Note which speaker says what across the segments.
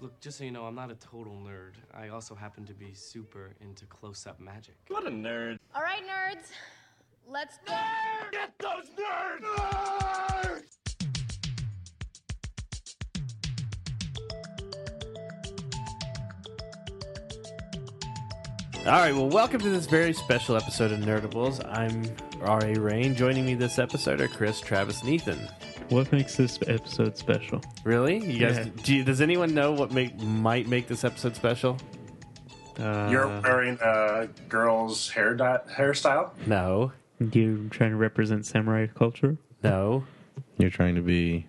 Speaker 1: Look, just so you know, I'm not a total nerd. I also happen to be super into close up magic.
Speaker 2: What a nerd.
Speaker 3: All right, nerds, let's go.
Speaker 2: Get those nerds!
Speaker 4: All right, well, welcome to this very special episode of Nerdables. I'm R.A. Rain. Joining me this episode are Chris, Travis, and Ethan.
Speaker 5: What makes this episode special?
Speaker 4: Really? You guys?
Speaker 5: Yeah.
Speaker 4: Do you- does anyone know what make, might make this episode special?
Speaker 5: Uh,
Speaker 2: You're wearing a girl's hair dye hairstyle?
Speaker 4: No,
Speaker 5: you trying to represent samurai culture?
Speaker 4: no.
Speaker 6: You're trying to be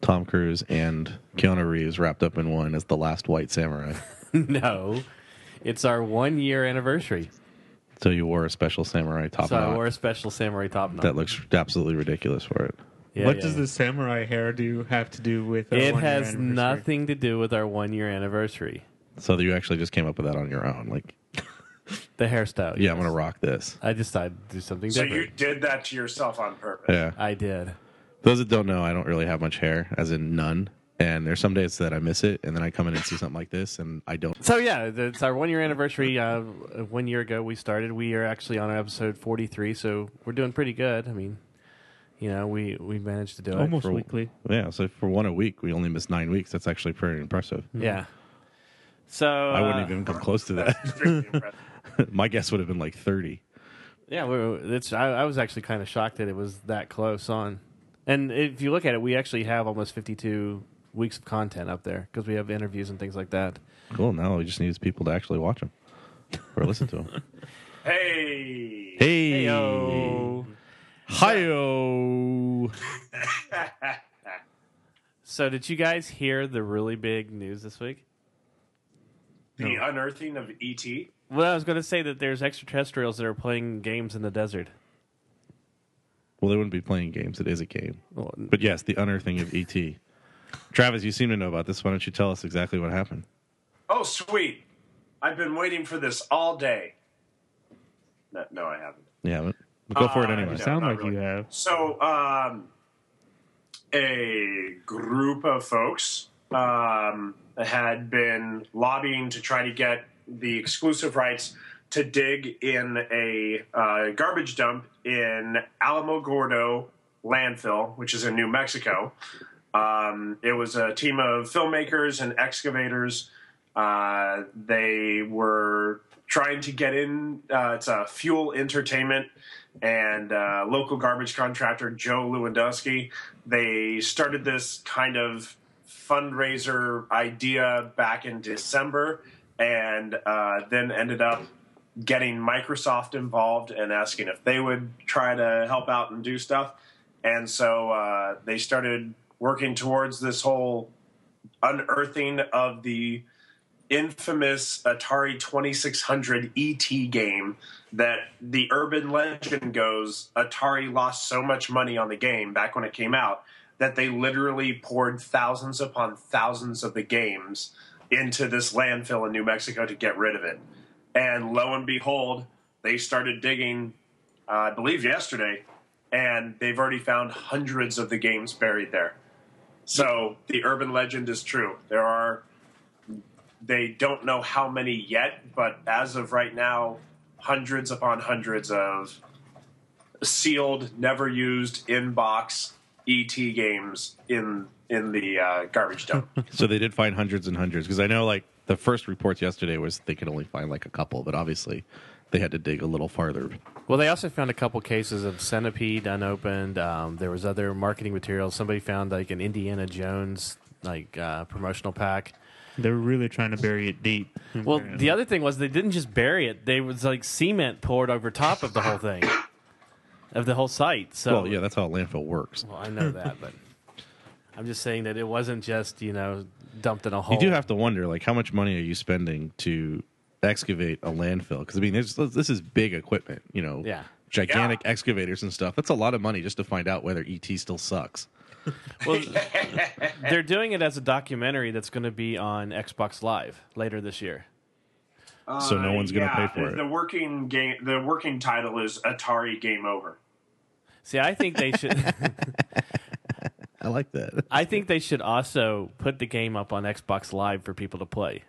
Speaker 6: Tom Cruise and Keanu Reeves wrapped up in one as the last white samurai.
Speaker 4: No, it's our one year anniversary.
Speaker 6: so you wore a special samurai top
Speaker 4: so I
Speaker 6: knot.
Speaker 4: wore a special samurai top knot.
Speaker 6: that looks absolutely ridiculous for it.
Speaker 4: Yeah,
Speaker 5: what
Speaker 4: yeah,
Speaker 5: does
Speaker 4: yeah.
Speaker 5: the samurai hair do have to do with? uh, our
Speaker 4: It
Speaker 5: one-year
Speaker 4: has
Speaker 5: anniversary?
Speaker 4: nothing to do with our one year anniversary.
Speaker 6: So you actually just came up with that on your own. Like,
Speaker 4: The hairstyle.
Speaker 6: yeah,
Speaker 4: yes.
Speaker 6: I'm gonna rock this.
Speaker 4: I just thought I'd do something
Speaker 2: So you
Speaker 4: different.
Speaker 2: did that to yourself on purpose.
Speaker 6: Yeah.
Speaker 4: I did.
Speaker 6: Those that don't know, I don't really have much hair, as in none. And there's some days that I miss it, and then I come in and see something like this, and I don't.
Speaker 4: So yeah, it's our one year anniversary. Uh, one year ago we started. We are actually on episode forty three, so we're doing pretty good. I mean, you know, we we managed to do it.
Speaker 5: Almost
Speaker 6: For-
Speaker 5: weekly.
Speaker 6: Yeah. So for one a week, we only miss nine weeks. That's actually pretty impressive.
Speaker 4: Yeah. So
Speaker 6: Oh. I
Speaker 4: uh,
Speaker 6: wouldn't even come close to that.
Speaker 2: That's pretty impressive.
Speaker 6: My guess would have been like 30.
Speaker 4: Yeah, we were, it's. I, I was actually kind of shocked that it was that close on. And if you look at it, we actually have almost fifty two weeks of content up there because we have interviews and things like that.
Speaker 6: Cool. Now we just need people to actually watch them or listen to them.
Speaker 2: Hey!
Speaker 6: hey,
Speaker 4: Heyo.
Speaker 6: Hiyo.
Speaker 4: So did you guys hear the really big news this week?
Speaker 2: The unearthing of E E.T.
Speaker 4: Well, I was going to say that there's extraterrestrials that are playing games in the desert.
Speaker 6: Well, they wouldn't be playing games. It is a game.
Speaker 4: Well,
Speaker 6: But yes, the unearthing of ET. Travis, you seem to know about this. Why don't you tell us exactly what happened?
Speaker 2: Oh, sweet. I've been waiting for this all day. No, no I haven't.
Speaker 6: You haven't. But go for it
Speaker 2: Uh,
Speaker 6: anyway.
Speaker 5: Ah, You
Speaker 2: No,
Speaker 5: sound
Speaker 2: not
Speaker 5: like you
Speaker 2: really.
Speaker 5: have.
Speaker 2: So, um, a group of folks um, had been lobbying to try to get the exclusive rights to dig in a uh, garbage dump in Alamogordo landfill, which is in New Mexico. Um, it was a team of filmmakers and excavators. Uh, they were trying to get in. Uh, it's a Fuel Entertainment and uh, local garbage contractor Joe Lewandowski. They started this kind of fundraiser idea back in December, and uh, then ended up getting Microsoft involved and asking if they would try to help out and do stuff. And so uh, they started working towards this whole unearthing of the infamous Atari 2600 ET game that the urban legend goes Atari lost so much money on the game back when it came out that they literally poured thousands upon thousands of the games into this landfill in New Mexico to get rid of it. And lo and behold, they started digging, uh, I believe yesterday, and they've already found hundreds of the games buried there. So the urban legend is true. There are they don't know how many yet, but as of right now, hundreds upon hundreds of sealed, never used inbox ET games in in the uh, garbage dump.
Speaker 6: So they did find hundreds and hundreds because I know like the first reports yesterday was they could only find like a couple, but obviously they had to dig a little farther.
Speaker 4: Well, they also found a couple cases of centipede unopened. Um, there was other marketing materials. Somebody found like an Indiana Jones like uh, promotional pack.
Speaker 5: They're really trying to bury it deep.
Speaker 4: Well, the other thing was they didn't just bury it; they was like cement poured over top of the whole thing, of the whole site. So
Speaker 6: Well, yeah, that's how a landfill works.
Speaker 4: Well, I know that, but I'm just saying that it wasn't just you know dumped in a hole.
Speaker 6: You do have to wonder, like, how much money are you spending to excavate a landfill? Because I mean, there's, this is big equipment, you know,
Speaker 4: Yeah.
Speaker 6: gigantic excavators and stuff. That's a lot of money just to find out whether ET still sucks.
Speaker 4: Well, they're doing it as a documentary that's going to be on Xbox Live later this year.
Speaker 6: So no one's gonna pay for
Speaker 2: the, The
Speaker 6: it.
Speaker 2: working game, the working title is Atari Game Over.
Speaker 4: See, I think they should.
Speaker 6: I like that.
Speaker 4: I think they should also put the game up on Xbox Live for people to play.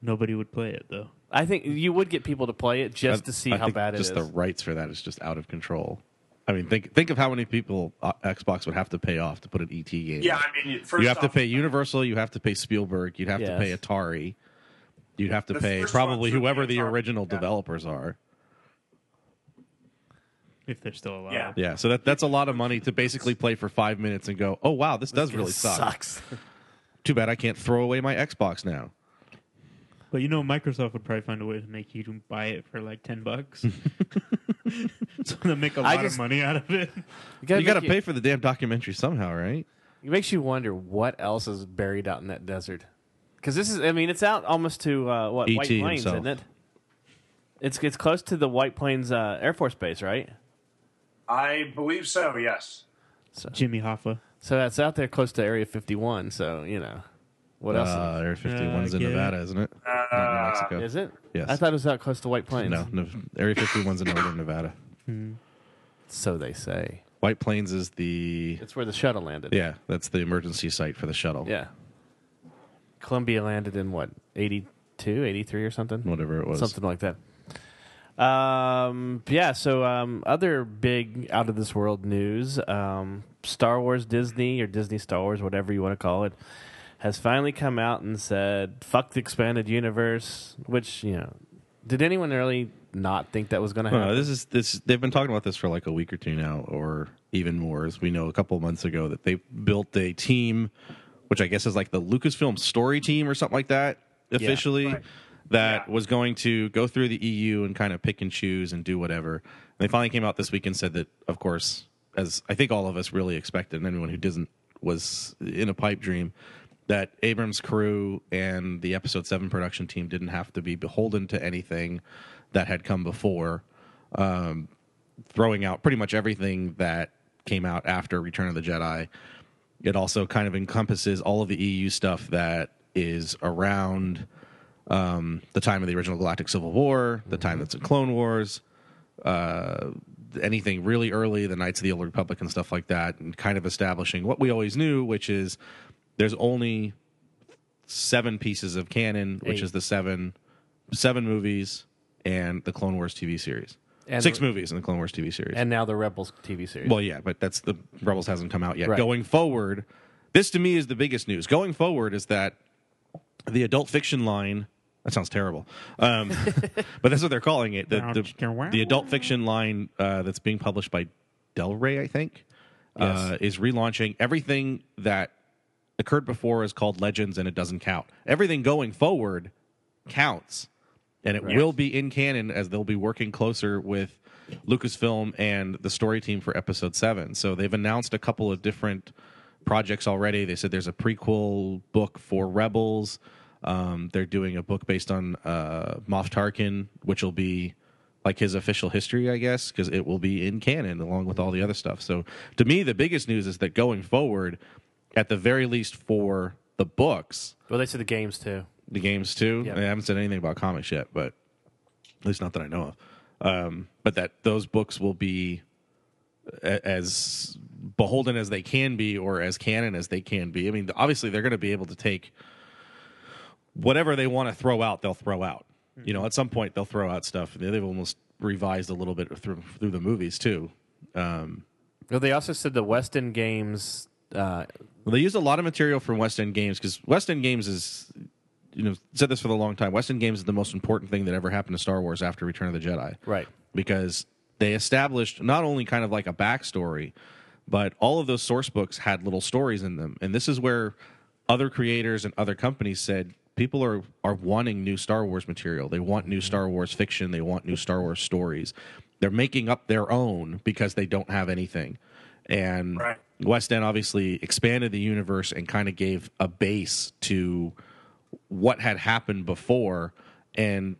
Speaker 5: Nobody would play it though.
Speaker 4: I think you would get people to play it just
Speaker 6: I-
Speaker 4: to see
Speaker 6: I
Speaker 4: how
Speaker 6: think
Speaker 4: bad it is.
Speaker 6: just the rights for that is just out of control. I mean, think think of how many people uh, Xbox would have to pay off to put an ET game.
Speaker 2: Yeah,
Speaker 6: out.
Speaker 2: I mean, first
Speaker 6: you have to
Speaker 2: off,
Speaker 6: pay Universal, you have to pay Spielberg, you'd have to
Speaker 4: Yes.
Speaker 6: pay Atari, you'd have to
Speaker 2: The
Speaker 6: pay
Speaker 2: first
Speaker 6: probably
Speaker 2: ones would be
Speaker 6: whoever the
Speaker 2: Atari,
Speaker 6: original
Speaker 2: yeah.
Speaker 6: developers are.
Speaker 5: If they're still alive.
Speaker 2: Yeah.
Speaker 6: Yeah, so that that's a lot of money to basically play for five minutes and go, oh wow, this does really suck.
Speaker 4: sucks.
Speaker 6: Too bad I can't throw away my Xbox now.
Speaker 5: But you know, Microsoft would probably find a way to make you buy it for like ten bucks. so they make a
Speaker 4: I
Speaker 5: lot
Speaker 4: just-
Speaker 5: of money out of it.
Speaker 6: you got to
Speaker 4: make
Speaker 6: pay for the damn documentary somehow, right?
Speaker 4: It makes you wonder what else is buried out in that desert. Because this is, I mean, it's out almost to uh, what
Speaker 6: E.T.
Speaker 4: White Plains,
Speaker 6: E himself.
Speaker 4: isn't it? It's it's close to the White Plains uh, Air Force Base, right?
Speaker 2: I believe so. Yes.
Speaker 5: Jimmy Hoffa.
Speaker 4: So that's out there close to Area 51. So you know, what else
Speaker 6: Uh, Area 51's in
Speaker 5: yeah.
Speaker 6: Nevada, isn't it? Not New
Speaker 4: Uh,
Speaker 6: Mexico.
Speaker 4: is it?
Speaker 6: yes.
Speaker 4: I thought it was out close to White Plains.
Speaker 6: No, no, Area 51's in northern Nevada.
Speaker 4: So they say
Speaker 6: White Plains is the
Speaker 4: it's where the shuttle landed.
Speaker 6: yeah, that's the emergency site for the shuttle.
Speaker 4: Yeah. Columbia landed in what 82, 83 or something.
Speaker 6: whatever it was.
Speaker 4: something like that. Um, yeah. So um, other big out of this world news: um, Star Wars Disney or Disney Star Wars, whatever you want to call it, has finally come out and said, "Fuck the expanded universe." Which you know, did anyone really not think that was going to happen?
Speaker 6: Uh, this is this. They've been talking about this for like a week or two now, or even more. As we know, a couple of months ago, that they built a team, which I guess is like the Lucasfilm story team or something like that, officially, that was going to go through the EU and kind of pick and choose and do whatever. And they finally came out this week and said that, of course, as I think all of us really expected, and anyone who doesn't was in a pipe dream. That Abrams' crew and the Episode Seven production team didn't have to be beholden to anything that had come before, um, throwing out pretty much everything that came out after Return of the Jedi. It also kind of encompasses all of the EU stuff that is around um, the time of the original Galactic Civil War, the
Speaker 4: Mm-hmm.
Speaker 6: time that's in Clone Wars, uh, anything really early, the Knights of the Old Republic and stuff like that, and kind of establishing what we always knew, which is there's only seven pieces of canon, which
Speaker 4: Eight.
Speaker 6: is the seven seven movies and the Clone Wars TV series.
Speaker 4: And-
Speaker 6: Six movies in the Clone Wars TV series.
Speaker 4: and now the Rebels TV series.
Speaker 6: Well, yeah, but that's the Rebels hasn't come out yet.
Speaker 4: Right.
Speaker 6: Going forward, this to me is the biggest news. Going forward is that the adult fiction line. That sounds terrible, um, but that's what they're calling it. The, the, the adult fiction line uh, that's being published by Del Rey, I think, uh, is relaunching everything that occurred before is called legends, and it doesn't count. Everything going forward counts and it will be in canon as they'll be working closer with Lucasfilm and the story team for episode 7. So they've announced a couple of different projects already. They said there's a prequel book for Rebels. Um, they're doing a book based on uh, Moff Tarkin, which will be like his official history, I guess, because it will be in canon along with all the other stuff. So to me, the biggest news is that going forward, at the very least for the books,
Speaker 4: well, they said the games too.
Speaker 6: the games too.
Speaker 4: Yeah.
Speaker 6: I haven't said anything about comics yet, but at least not that I know of. Um, but that those books will be a- as beholden as they can be, or as canon as they can be. I mean, obviously they're going to be able to take whatever they want to throw out. They'll throw out. You know, at some point they'll throw out stuff. They- They've almost revised a little bit through through the movies too.
Speaker 4: Well, they also said the West End games. Uh,
Speaker 6: Well, they used a lot of material from West End Games because West End Games is, you know, said this for a long time. West End Games is the most important thing that ever happened to Star Wars after Return of the Jedi,
Speaker 4: Right.
Speaker 6: Because they established not only kind of like a backstory, but all of those source books had little stories in them, and this is where other creators and other companies said people are are wanting new Star Wars material. They want new Star Wars fiction. They want new Star Wars stories. They're making up their own because they don't have anything, and
Speaker 2: Right.
Speaker 6: West End obviously expanded the universe and kind of gave a base to what had happened before and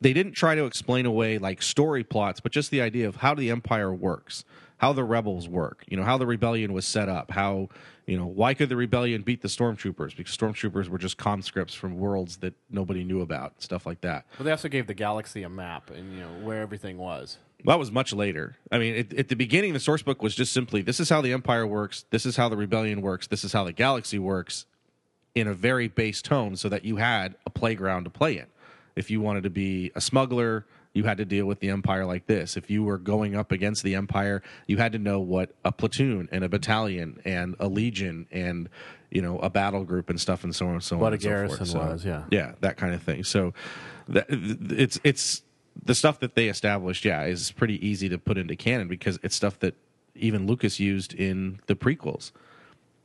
Speaker 6: they didn't try to explain away like story plots but just the idea of how the empire works how the rebels work you know how the rebellion was set up how you know why could the rebellion beat the stormtroopers because stormtroopers were just conscripts from worlds that nobody knew about stuff like that
Speaker 4: well, they also gave the galaxy a map and you know where everything was.
Speaker 6: That was much later. I mean, at, at the beginning, the source book was just simply this is how the Empire works, this is how the Rebellion works, this is how the galaxy works in a very base tone so that you had a playground to play in. If you wanted to be a smuggler, you had to deal with the Empire like this. If you were going up against the Empire, you had to know what a platoon and a battalion and a legion and you know a battle group and stuff and so on and so
Speaker 4: What a
Speaker 6: on. and so forth.
Speaker 4: garrison
Speaker 6: So,
Speaker 4: was, yeah.
Speaker 6: yeah, that kind of thing. So that, it's it's the stuff that they established. Yeah, is pretty easy to put into canon because it's stuff that even Lucas used in the prequels.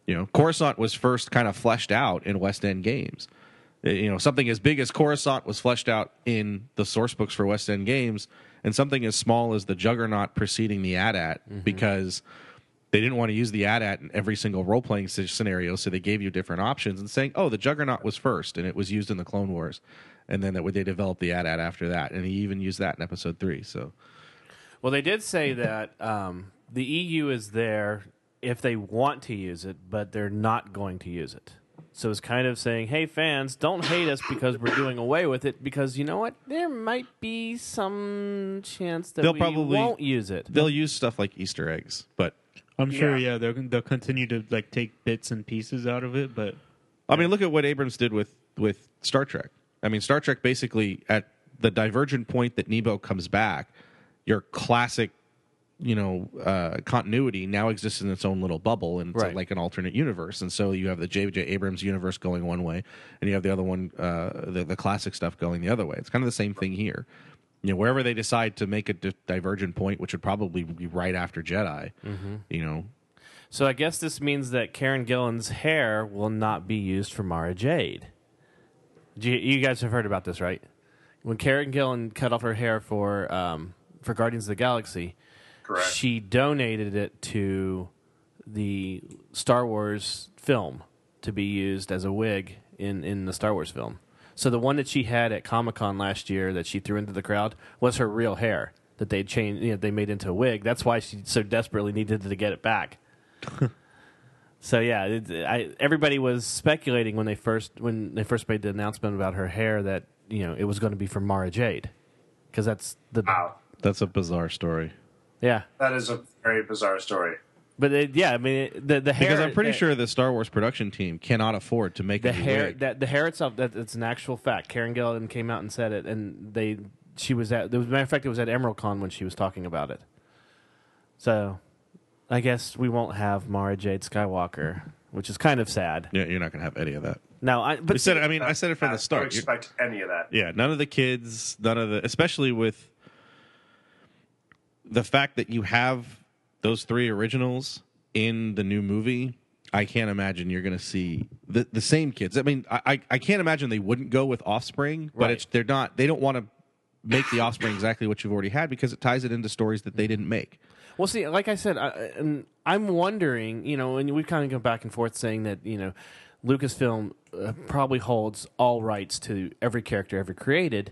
Speaker 6: You know, Coruscant was first kind of fleshed out in West End games. Uh, You know, something as big as Coruscant was fleshed out in the source books for West End games, and something as small as the Juggernaut preceding the AT-AT because they didn't want to use the AT-AT in every single role playing scenario, so they gave you different options and saying, "Oh, the Juggernaut was first, and it was used in the Clone Wars." And then that they developed the AT-AT after that, and he even used that in Episode Three. So
Speaker 4: Well, they did say
Speaker 6: Mm-hmm.
Speaker 4: that um, the EU is there if they want to use it, but they're not going to use it. So it's kind of saying, "Hey, fans, don't hate us because we're doing away with it. Because you know what? There might be some chance that
Speaker 6: They'll
Speaker 4: we
Speaker 6: probably-
Speaker 4: won't use it."
Speaker 6: they'll use stuff like Easter eggs, but
Speaker 5: I'm sure,
Speaker 2: Yeah.
Speaker 5: yeah, they'll they'll continue to like take bits and pieces out of it, but
Speaker 6: I mean, look at what Abrams did with with Star Trek. I mean, Star Trek basically at the divergent point that Nebo comes back, your classic, you know, uh, continuity now exists in its own little bubble and
Speaker 4: Right.
Speaker 6: like an alternate universe. And so you have the J.J. Abrams universe going one way, and you have the other one, uh, the the classic stuff going the other way. It's kind of the same thing here. You know, wherever they decide to make a di- divergent point, which would probably be right after Jedi, you know,
Speaker 4: So I guess this means that Karen Gillan's hair will not be used for Mara Jade. Do You, you guys have heard about this, right? When Karen Gillan cut off her hair for um, for Guardians of the Galaxy,
Speaker 2: Correct.
Speaker 4: she donated it to the Star Wars film to be used as a wig in, in the Star Wars film. So the one that she had at Comic Con last year that she threw into the crowd was her real hair that they changed, you know, they made into a wig. That's why she so desperately needed to get it back. So yeah, it, I, everybody was speculating when they first when they first made the announcement about her hair that you know it was going to be for Mara Jade because that's the
Speaker 2: Wow.
Speaker 6: that's a bizarre story.
Speaker 4: yeah.
Speaker 2: That is a very bizarre story.
Speaker 4: But it, yeah, I mean it, the the hair
Speaker 6: Because I'm pretty
Speaker 4: the-
Speaker 6: sure the Star Wars production team cannot afford to make
Speaker 4: the
Speaker 6: a new
Speaker 4: hair
Speaker 6: wig.
Speaker 4: that the hair itself that it's an actual fact. Karen Gillan came out and said it, and they she was at. There was, matter of fact, it was at Emerald Con when she was talking about it. So, I guess we won't have Mara Jade Skywalker, which is kind of sad.
Speaker 6: yeah, you're not going to have any of that.
Speaker 4: Now, I but
Speaker 6: I said, I mean, I said it from
Speaker 2: Uh, I
Speaker 6: the
Speaker 2: Don't
Speaker 6: start. You-
Speaker 2: expect any of that.
Speaker 6: Yeah, none of the kids, none of the, especially with the fact that you have those three originals in the new movie. I can't imagine you're going to see the the same kids. I mean, I I, I can't imagine they wouldn't go with Offspring, but
Speaker 4: Right.
Speaker 6: it's they're not. They don't want to make the Offspring exactly what you've already had because it ties it into stories that they didn't make.
Speaker 4: Well, see, like I said, I, and I'm wondering, you know, and we've kind of gone back and forth saying that, you know, Lucasfilm uh, probably holds all rights to every character ever created,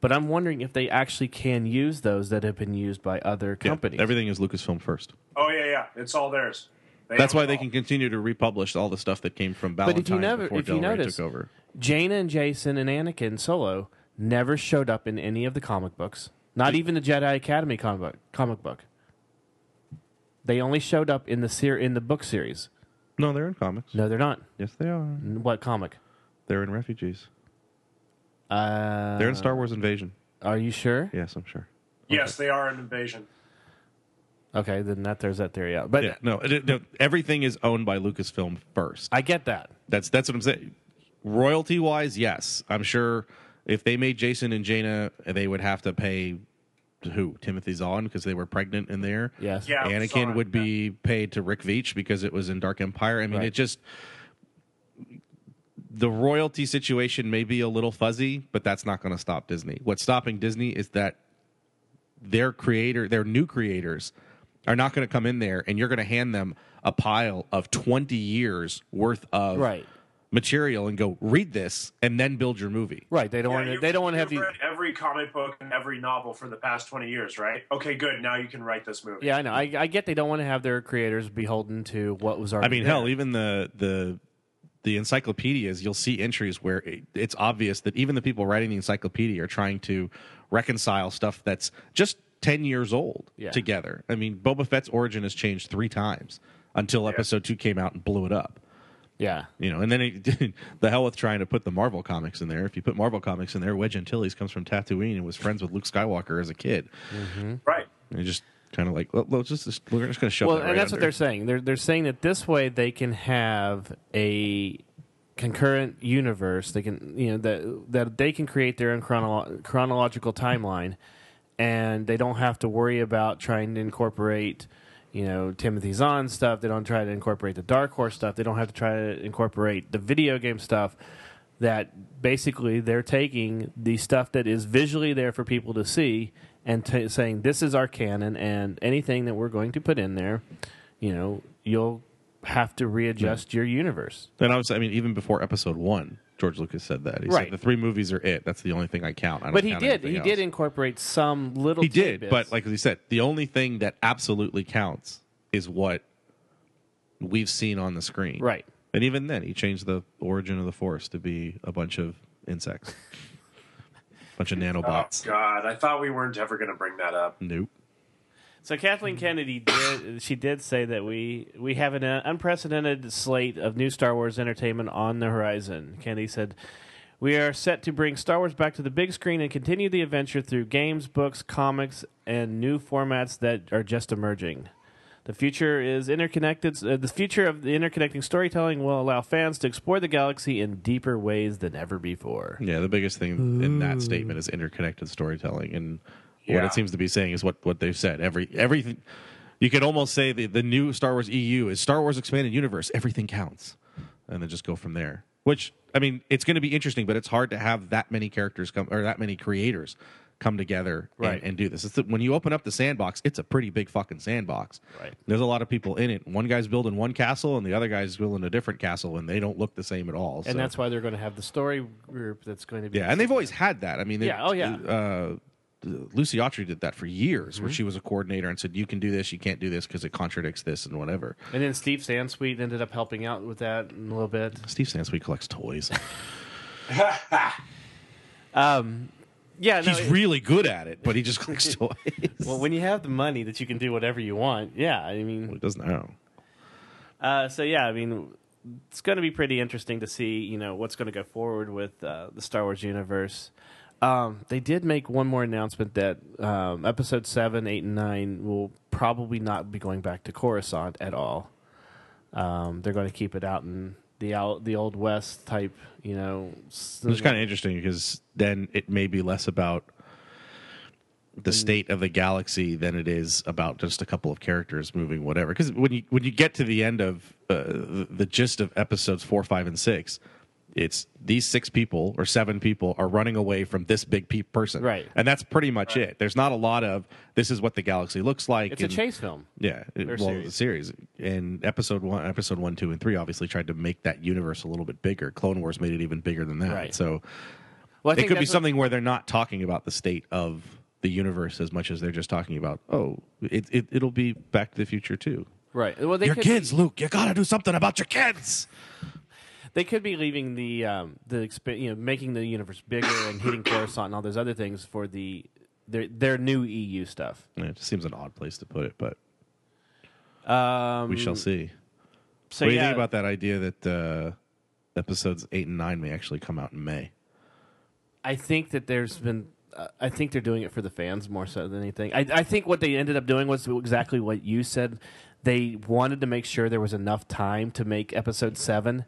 Speaker 4: but I'm wondering if they actually can use those that have been used by other
Speaker 6: Yeah,
Speaker 4: companies.
Speaker 6: everything is Lucasfilm first.
Speaker 2: Oh yeah, yeah. It's all theirs. They
Speaker 6: That's
Speaker 2: own
Speaker 6: why
Speaker 2: it
Speaker 6: they
Speaker 2: all.
Speaker 6: can continue to republish all the stuff that came from Ballantyne
Speaker 4: But if you never-
Speaker 6: before
Speaker 4: if you
Speaker 6: Del Rey
Speaker 4: notice-
Speaker 6: took over.
Speaker 4: Jaina and Jason and Anakin Solo never showed up in any of the comic books, not even the Jedi Academy comic book. Comic book. They only showed up in the ser- in the book series.
Speaker 6: No, they're in comics.
Speaker 4: No, they're not.
Speaker 6: Yes, they are.
Speaker 4: What comic?
Speaker 6: They're in refugees.
Speaker 4: Uh,
Speaker 6: They're in Star Wars Invasion.
Speaker 4: Are you sure?
Speaker 6: Yes, I'm sure.
Speaker 2: Yes, they are an invasion.
Speaker 4: Okay, then that there's that theory out. But
Speaker 6: Yeah, no, it- it- no, everything is owned by Lucasfilm first.
Speaker 4: I get that.
Speaker 6: That's that's what I'm saying. Royalty wise, yes, I'm sure if they made Jason and Jaina, they would have to pay who Timothy Zahn because they were pregnant in there.
Speaker 4: Yes.
Speaker 2: Yeah. I'm
Speaker 6: Anakin
Speaker 2: sorry.
Speaker 6: would be paid to Rick Veitch because it was in Dark Empire. I mean,
Speaker 4: Right.
Speaker 6: it just the royalty situation may be a little fuzzy, but that's not going to stop Disney. What's stopping Disney is that their creator, their new creators, are not going to come in there and you're going to hand them a pile of 20 years worth of
Speaker 4: Right.
Speaker 6: material and go read this and then build your movie.
Speaker 4: Right. They don't
Speaker 2: Yeah,
Speaker 4: want. To,
Speaker 2: you-
Speaker 4: they don't want to have
Speaker 2: you've
Speaker 4: the.
Speaker 2: read every comic book and every novel for the past twenty years, right? Okay, good. Now you can write this movie.
Speaker 4: Yeah, I know. I, I get they don't want to have their creators beholden to what was already.
Speaker 6: I mean,
Speaker 4: there.
Speaker 6: hell, even the the the encyclopedias, you'll see entries where it, it's obvious that even the people writing the encyclopedia are trying to reconcile stuff that's just ten years old
Speaker 4: Yeah.
Speaker 6: together. I mean, Boba Fett's origin has changed three times until Episode Two came out and blew it up. e-
Speaker 4: Yeah.
Speaker 6: You know, and then it, the hell with trying to put the Marvel comics in there. If you put Marvel comics in there, Wedge Antilles comes from Tatooine and was friends with Luke Skywalker as a kid.
Speaker 2: Right.
Speaker 6: And just kind of like, well, let's just, just- we're just going to shove
Speaker 4: Well,
Speaker 6: that
Speaker 4: and
Speaker 6: right
Speaker 4: that's what
Speaker 6: under.
Speaker 4: they're saying. They're they're saying that this way they can have a concurrent universe. They can you know that that they can create their own chronolo- chronological timeline, and they don't have to worry about trying to incorporate. You know Timothy Zahn stuff. They don't try to incorporate the Dark Horse stuff. They don't have to try to incorporate the video game stuff. That basically they're taking the stuff that is visually there for people to see and t- saying this is our canon and anything that we're going to put in there, you know, you'll have to readjust your universe.
Speaker 6: And obviously, I mean, even before Episode One, George Lucas said that. He
Speaker 4: Right.
Speaker 6: said the three movies are it. That's the only thing I count. I don't
Speaker 4: But he
Speaker 6: count
Speaker 4: did.
Speaker 6: anything
Speaker 4: He
Speaker 6: else.
Speaker 4: did incorporate some little.
Speaker 6: He did,
Speaker 4: tidbits.
Speaker 6: but like he said, the only thing that absolutely counts is what we've seen on the screen.
Speaker 4: Right.
Speaker 6: And even then, he changed the origin of the Force to be a bunch of insects, bunch of
Speaker 2: Oh
Speaker 6: nanobots.
Speaker 2: God, I thought we weren't ever going to bring that up.
Speaker 6: Nope.
Speaker 4: so, Kathleen Kennedy did. She did say that we we have an unprecedented slate of new Star Wars entertainment on the horizon. Kennedy said. We are set to bring Star Wars back to the big screen and continue the adventure through games, books, comics, and new formats that are just emerging. The future is interconnected. Uh, the future of the interconnecting storytelling will allow fans to explore the galaxy in deeper ways than ever before.
Speaker 6: Yeah, the biggest thing in that statement is interconnected storytelling, and what
Speaker 2: Yeah.
Speaker 6: it seems to be saying is what what they've said. Every everything, you could almost say the the new Star Wars EU is Star Wars expanded universe. Everything counts, and then just go from there. Which I mean, it's going to be interesting, but it's hard to have that many characters come or that many creators come together and-
Speaker 4: Right.
Speaker 6: and, do this. It's the, when you open up the sandbox, it's a pretty big fucking sandbox.
Speaker 4: Right.
Speaker 6: There's a lot of people in it. One guy's building one castle, and the other guy's building a different castle, and they don't look the same at all.
Speaker 4: and
Speaker 6: so-
Speaker 4: that's why they're going to have the story group that's going to be
Speaker 6: yeah, and they've always had that. I mean, they-
Speaker 4: Yeah, oh, yeah. Mm-hmm.
Speaker 6: Uh, Lucy Autry did that for years, where she was a coordinator and said, "You can do this, you can't do this because it contradicts this and whatever."
Speaker 4: and then Steve Sansweet ended up helping out with that in a little bit.
Speaker 6: Steve Sansweet collects toys.
Speaker 4: Yeah, no,
Speaker 6: He's
Speaker 4: it-
Speaker 6: really good at it, but he just collects toys.
Speaker 4: well when you have the money that you can do whatever you want. Yeah, I
Speaker 6: he
Speaker 4: mean,
Speaker 6: doesn't know.
Speaker 4: uh, so yeah, I mean, it's going to be pretty interesting to see you know what's going to go forward with uh, the Star Wars universe. Um, they did make one more announcement that um, episode seven, eight, and nine will probably not be going back to Coruscant at all. Um, they're going to keep it out in the out, the old west type, you know.
Speaker 6: It's kind of interesting because then it may be less about
Speaker 4: Mm.
Speaker 6: the state of the galaxy than it is about just a couple of characters moving whatever. Because when you when you get to the end of uh, the, the gist of episodes four, five, and six, it's these six people or seven people are running away from this big pe- person,
Speaker 4: Right.
Speaker 6: And that's pretty much it. There's not a lot of this is what the galaxy looks like.
Speaker 4: it's a
Speaker 6: and-
Speaker 4: chase film.
Speaker 6: yeah, it,
Speaker 4: Or
Speaker 6: well,
Speaker 4: series.
Speaker 6: the series and episode one, episode one, two, and three obviously tried to make that universe a little bit bigger. Clone Wars made it even bigger than that.
Speaker 4: Right.
Speaker 6: So
Speaker 4: Well, I
Speaker 6: it
Speaker 4: think
Speaker 6: could be
Speaker 4: that's what-
Speaker 6: something where they're not talking about the state of the universe as much as they're just talking about oh, it, it it'll be Back to the Future too.
Speaker 4: right. Well, they
Speaker 6: your
Speaker 4: could,
Speaker 6: kids, Luke. You gotta do something about your kids.
Speaker 4: They could be leaving the um, the exp- you know making the universe bigger and hitting Coruscant and all those other things for the their their new EU stuff.
Speaker 6: Yeah, It just seems an odd place to put it, but
Speaker 4: Um,
Speaker 6: we shall see.
Speaker 4: So
Speaker 6: what do you
Speaker 4: yeah,
Speaker 6: think about that idea that uh, episodes eight and nine may actually come out in May?
Speaker 4: I think that there's been. Uh, I think they're doing it for the fans more so than anything. I, I think what they ended up doing was exactly what you said. They wanted to make sure there was enough time to make episode seven,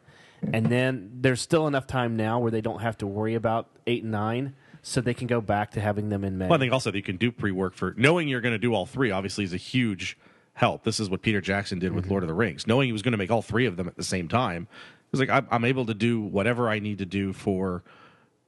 Speaker 4: and then there's still enough time now where they don't have to worry about eight and nine, so they can go back to having them in May.
Speaker 6: Well, I think also that you can do pre work for knowing you're going to do all three, obviously, is a huge help. This is what Peter Jackson did
Speaker 4: Mm-hmm.
Speaker 6: with Lord of the Rings, knowing he was going to make all three of them at the same time. It was like, I'm, I'm able to do whatever I need to do for,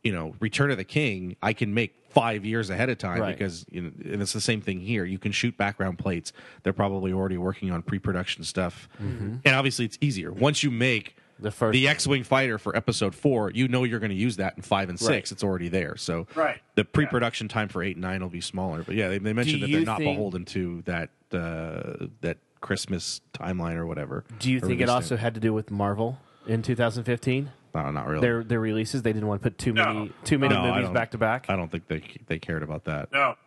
Speaker 6: you know, Return of the King. I can make five years ahead of time
Speaker 4: Right.
Speaker 6: because, you know, and it's the same thing here. You can shoot background plates. They're probably already working on pre production stuff. And obviously, it's easier. Once you make
Speaker 4: Mm-hmm. The first
Speaker 6: the
Speaker 4: one.
Speaker 6: X Wing fighter for episode four, you know you're going to use that in five and six. It's already there. So
Speaker 2: Right.
Speaker 6: the pre production time for eight and nine will be smaller. But yeah, they, they mentioned that they're
Speaker 4: you
Speaker 6: not
Speaker 4: think-
Speaker 6: beholden to that uh, that Christmas timeline or whatever.
Speaker 4: Do you
Speaker 6: or
Speaker 4: think it
Speaker 6: release
Speaker 4: also
Speaker 6: date.
Speaker 4: had to do with Marvel in 2015?
Speaker 6: No, "Uh, not really.
Speaker 4: Their their releases, they didn't want to put too many too many
Speaker 6: No, I
Speaker 4: movies
Speaker 6: don't-
Speaker 4: back to back.
Speaker 6: I don't think they they cared about that.
Speaker 2: No,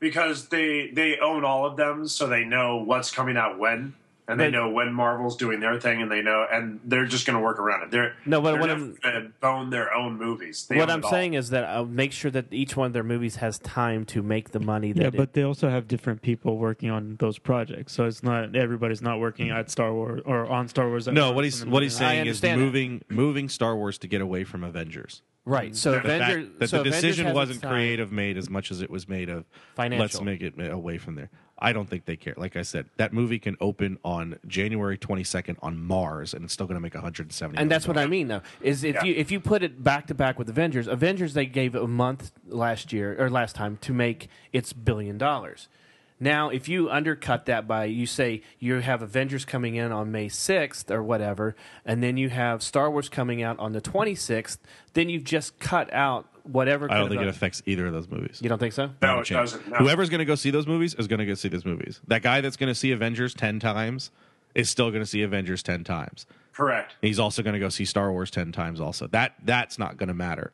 Speaker 2: because they they own all of them, so they know what's coming out when, and they
Speaker 4: But-
Speaker 2: know when Marvel's doing their thing, and they know, and they're just going to work around it. They're
Speaker 4: No, but
Speaker 2: they're
Speaker 4: what
Speaker 2: not
Speaker 4: I'm-
Speaker 2: gonna bone their own movies. They
Speaker 4: what
Speaker 2: own
Speaker 4: I'm
Speaker 2: it all.
Speaker 4: saying is that I'll make sure that each one of their movies has time to make the money. That
Speaker 5: Yeah,
Speaker 4: it-
Speaker 5: but they also have different people working on those projects, so it's not everybody's not working at Star Wars or on Star Wars. at
Speaker 6: No,
Speaker 5: once
Speaker 6: what
Speaker 5: in
Speaker 6: he's
Speaker 5: the
Speaker 6: what he's
Speaker 5: morning.
Speaker 4: I
Speaker 6: saying is
Speaker 4: understand that.
Speaker 6: moving moving Star Wars to get away from Avengers.
Speaker 4: right. So
Speaker 6: That-
Speaker 4: Avengers.
Speaker 6: that
Speaker 4: so
Speaker 6: the
Speaker 4: Avengers
Speaker 6: decision
Speaker 4: has
Speaker 6: wasn't
Speaker 4: its time.
Speaker 6: creative made as much as it was made of Let's
Speaker 4: Financial.
Speaker 6: make it away from there. I don't think they care. Like I said, that movie can open on January 22nd on Mars, and it's still going to make 170.
Speaker 4: And that's what I mean, though, is if
Speaker 2: Yeah.
Speaker 4: you if you put it back to back with Avengers, Avengers they gave a month last year or last time to make its billion dollars. Now, if you undercut that by you say you have Avengers coming in on May sixth or whatever, and then you have Star Wars coming out on the twenty sixth, then you've just cut out whatever.
Speaker 6: I don't
Speaker 4: could
Speaker 6: think
Speaker 4: have-
Speaker 6: it affects either of those movies.
Speaker 4: you don't think so?
Speaker 2: No,
Speaker 6: Not a
Speaker 2: it
Speaker 6: chance.
Speaker 2: doesn't, no.
Speaker 6: Whoever's going to go see those movies is going to go see those movies. That guy that's going to see Avengers 10 times is still going to see Avengers 10 times.
Speaker 2: correct.
Speaker 6: He's also going to go see Star Wars 10 times also. That that's not going to matter.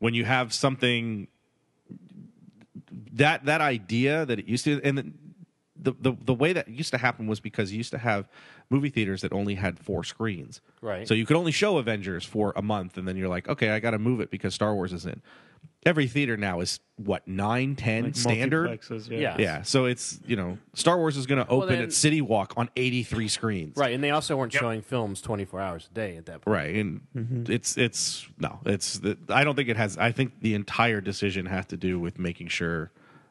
Speaker 6: When you have something that that idea that it used to and the, the the way that used to happen was because you used to have movie theaters that only had four screens.
Speaker 4: Right.
Speaker 6: So you could only show Avengers for a month and then you're like, "Okay, I got to move it because Star Wars is in." Every theater now is what nine, ten
Speaker 5: Like
Speaker 6: standard.
Speaker 5: multiplexes,
Speaker 4: Yeah.
Speaker 6: Yeah, so it's you know Star Wars is going to open
Speaker 4: then-
Speaker 6: at City Walk on eighty three screens,
Speaker 4: Right, and they also weren't showing films twenty four hours a day at that point.
Speaker 6: right and it's it's no it's the, i don't think it has i think the entire decision has to do with making sure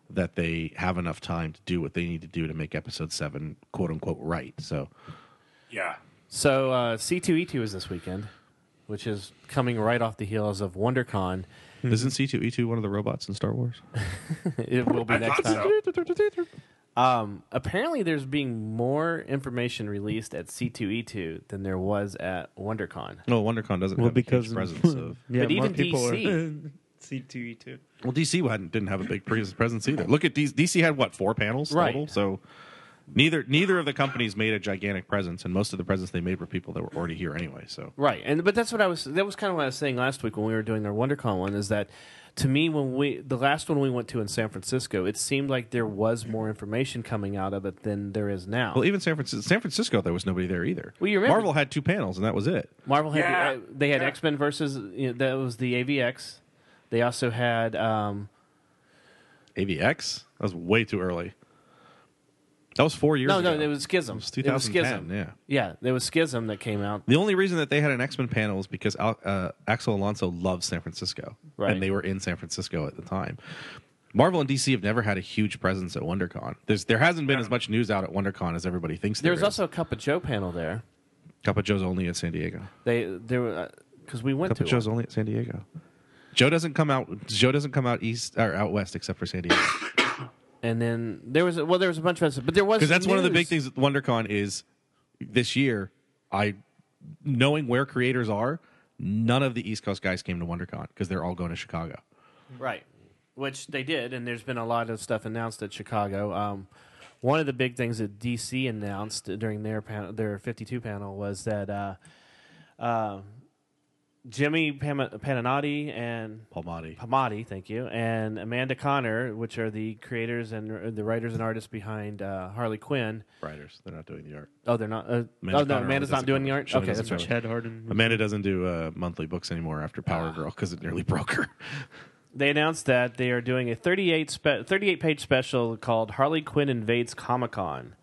Speaker 6: that they have enough time to do what they need to do to make episode 7 quote unquote right so
Speaker 2: Yeah.
Speaker 4: So uh, C2E2 is this weekend, which is coming right off the heels of WonderCon.
Speaker 6: isn't c2e2 E one of the robots in star wars
Speaker 4: It will be
Speaker 2: I
Speaker 4: next
Speaker 2: thought
Speaker 4: time.
Speaker 2: so.
Speaker 4: Um, apparently, there's being more information released at C2E2 than there was at WonderCon.
Speaker 6: no wondercon doesn't
Speaker 5: Well,
Speaker 6: have because
Speaker 5: because
Speaker 6: a huge presence of
Speaker 5: yeah,
Speaker 4: But
Speaker 5: more
Speaker 4: even
Speaker 5: people
Speaker 4: DC.
Speaker 5: C two E two.
Speaker 6: well dc hadn't, didn't have a big pre- presence either look at D- dc had what four panels total
Speaker 4: Right.
Speaker 6: so neither neither of the companies made a gigantic presence and most of the presence they made were people that were already here anyway so
Speaker 4: Right, and but that's what I was. That was kind of what I was saying last week when we were doing our WonderCon one. Is that to me when we the last one we went to in San Francisco, it seemed like there was more information coming out of it than there is now.
Speaker 6: Well, even San Francisco, San Francisco, there was nobody there either.
Speaker 4: Well, you remember-
Speaker 6: Marvel had two panels, and that was it.
Speaker 4: Marvel had
Speaker 2: Yeah.
Speaker 4: the, uh, they had X Men versus you know, that was the AVX. They also had um,
Speaker 6: AVX. That was way too early. That was four years.
Speaker 4: no,
Speaker 6: ago.
Speaker 4: no, it was Schism. It
Speaker 6: was
Speaker 4: It was
Speaker 6: 2010,
Speaker 4: Schism.
Speaker 6: yeah.
Speaker 4: yeah, there was Schism that came out.
Speaker 6: The only reason that they had an X Men panel is because Al- uh, Axel Alonso loves San Francisco,
Speaker 4: Right.
Speaker 6: and they were in San Francisco at the time. Marvel and DC have never had a huge presence at WonderCon. There's, there hasn't been as much news out at WonderCon as everybody thinks.
Speaker 4: There
Speaker 6: There
Speaker 4: was
Speaker 6: is.
Speaker 4: also a Cup of Joe panel there.
Speaker 6: Cup of Joe's only at San Diego.
Speaker 4: They there were because we went
Speaker 6: Cup
Speaker 4: to
Speaker 6: of Joe's
Speaker 4: one.
Speaker 6: only at San Diego. Joe doesn't come out. Joe doesn't come out east or out west except for San Diego.
Speaker 4: and then there was well there was a bunch of us, but there was
Speaker 6: because that's one of the big
Speaker 4: news.
Speaker 6: things at WonderCon is this year. I knowing where creators are, none of the East Coast guys came to WonderCon because they're all going to Chicago.
Speaker 4: right? Which they did, and there's been a lot of stuff announced at Chicago. Um, one of the big things that DC announced during their panel, their 52 panel was that uh, uh, Jimmy Pam- Paninotti and
Speaker 6: Palmati.
Speaker 4: Hamadi, thank you, and Amanda Connor, which are the creators and the writers and artists behind uh, Harley Quinn.
Speaker 6: writers. They're not doing the art.
Speaker 4: Oh, they're not. Uh,
Speaker 6: Amanda
Speaker 4: oh no,
Speaker 6: Connor
Speaker 4: Amanda's not
Speaker 6: doesn't
Speaker 4: doing the
Speaker 6: cover-
Speaker 4: art.
Speaker 6: she
Speaker 4: Okay,
Speaker 6: doesn't
Speaker 4: that's
Speaker 6: cover
Speaker 4: right.
Speaker 6: it.
Speaker 5: Chad Harden.
Speaker 6: Amanda doesn't do uh, monthly books anymore after Power Girl because it nearly broke her.
Speaker 4: They announced that they are doing a 38 spe- 38 page special called Harley Quinn Invades Comic Con,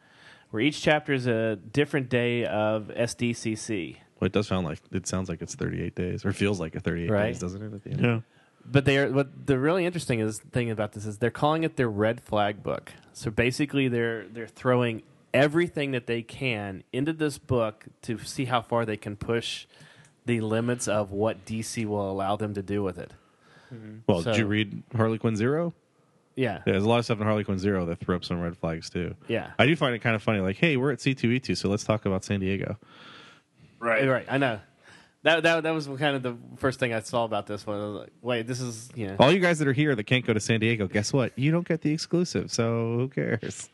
Speaker 4: where each chapter is a different day of SDCC.
Speaker 6: Well, it does sound like it sounds like it's 38 days or feels like a 38
Speaker 4: Right.
Speaker 6: days, doesn't it? At the end.
Speaker 5: Yeah.
Speaker 4: But they are what the really interesting is thing about this is they're calling it their red flag book. So basically they're they're throwing everything that they can into this book to see how far they can push the limits of what DC will allow them to do with it.
Speaker 6: Well,
Speaker 4: So-
Speaker 6: did you read Harley Quinn Zero?
Speaker 4: Yeah.
Speaker 6: Yeah, there's a lot of stuff in Harley Quinn Zero that threw up some red flags too.
Speaker 4: Yeah.
Speaker 6: I do find it kind of funny. Like, hey, we're at C2E2, so let's talk about San Diego.
Speaker 2: Right.
Speaker 4: Right, I know. That, that, that was kind of the first thing I saw about this one. I was like, wait, this is, you know.
Speaker 6: All you guys that are here that can't go to San Diego, guess what? You don't get the exclusive, so who cares?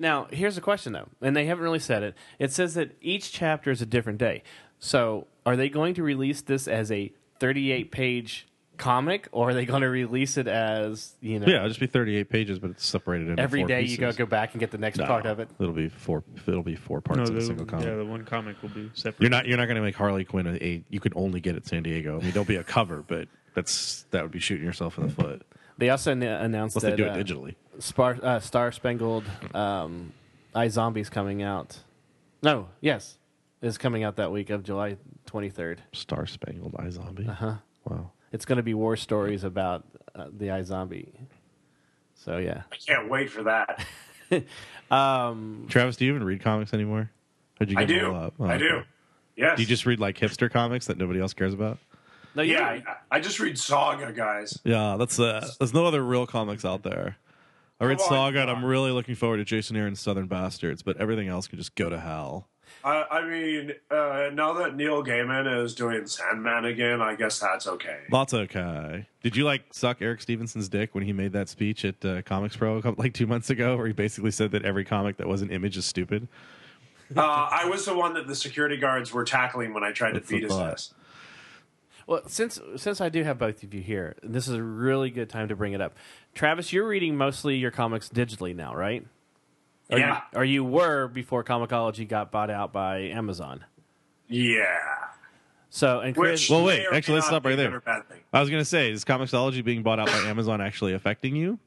Speaker 4: Now, here's a question, though, and they haven't really said it. It says that each chapter is a different day. So, are they going to release this as a 38 page comic, or are they going to release it as you know?
Speaker 6: Yeah, it'll just be 38 pages, but it's separated into
Speaker 4: every
Speaker 6: four
Speaker 4: day you
Speaker 6: pieces.
Speaker 4: go go back and get the next
Speaker 6: No,
Speaker 4: part of it.
Speaker 6: It'll be four. It'll be four parts
Speaker 5: No,
Speaker 6: of a
Speaker 5: the-
Speaker 6: single comic.
Speaker 5: yeah, the one comic will be separate.
Speaker 6: You're not. You're not going to make Harley Quinn a, a. You could only get it San Diego. I mean, there'll be a cover, but that's that would be shooting yourself in the foot
Speaker 4: They also an- announced
Speaker 6: unless
Speaker 4: that
Speaker 6: they do it
Speaker 4: uh,
Speaker 6: digitally.
Speaker 4: Spar- uh, Star Spangled um, I Zombies coming out. No, yes, is coming out that week of July 23rd.
Speaker 6: Star Spangled Eye Zombie. Uh
Speaker 4: Uh-huh.
Speaker 6: Wow.
Speaker 4: It's going to be war stories about uh, the I Zombie. So yeah,
Speaker 2: I can't wait for that.
Speaker 6: Travis, do you even read comics anymore? Or did you
Speaker 2: I
Speaker 6: give them
Speaker 2: do.
Speaker 6: all up? Oh,
Speaker 2: I do.
Speaker 6: okay.
Speaker 2: Yes.
Speaker 6: Do you just read like hipster comics that nobody else cares about?
Speaker 4: no, you
Speaker 2: Yeah,
Speaker 4: don't-
Speaker 2: I, I just read Saga, guys.
Speaker 6: Yeah, that's uh, there's no other real comics out there. I read
Speaker 2: Come on,
Speaker 6: Saga, and
Speaker 2: Doc.
Speaker 6: I'm really looking forward to Jason Aaron's Southern Bastards, but everything else can just go to hell.
Speaker 2: I, I mean, uh, now that Neil Gaiman is doing Sandman again, I guess that's okay.
Speaker 6: That's okay. Did you like suck Eric Stevenson's dick when he made that speech at uh, Comics Pro a couple, like two months ago, where he basically said that every comic that wasn't Image is stupid?
Speaker 2: Uh, I was the one that the security guards were tackling when I tried
Speaker 6: That's
Speaker 2: to beat
Speaker 6: the
Speaker 2: his
Speaker 6: thought.
Speaker 2: ass.
Speaker 4: Well, since since I do have both of you here, this is a really good time to bring it up. Travis, you're reading mostly your comics digitally now, right? Or
Speaker 2: Yeah.
Speaker 4: You, or you were before Comicology got bought out by Amazon.
Speaker 2: Yeah.
Speaker 4: So and Chris,
Speaker 2: Which
Speaker 6: Well, wait,
Speaker 2: may or
Speaker 6: actually,
Speaker 2: may
Speaker 6: let's
Speaker 2: not
Speaker 6: stop
Speaker 2: be
Speaker 6: right
Speaker 2: good
Speaker 6: there.
Speaker 2: or bad thing.
Speaker 6: I was gonna say, is Comixology being bought out by Amazon actually affecting you?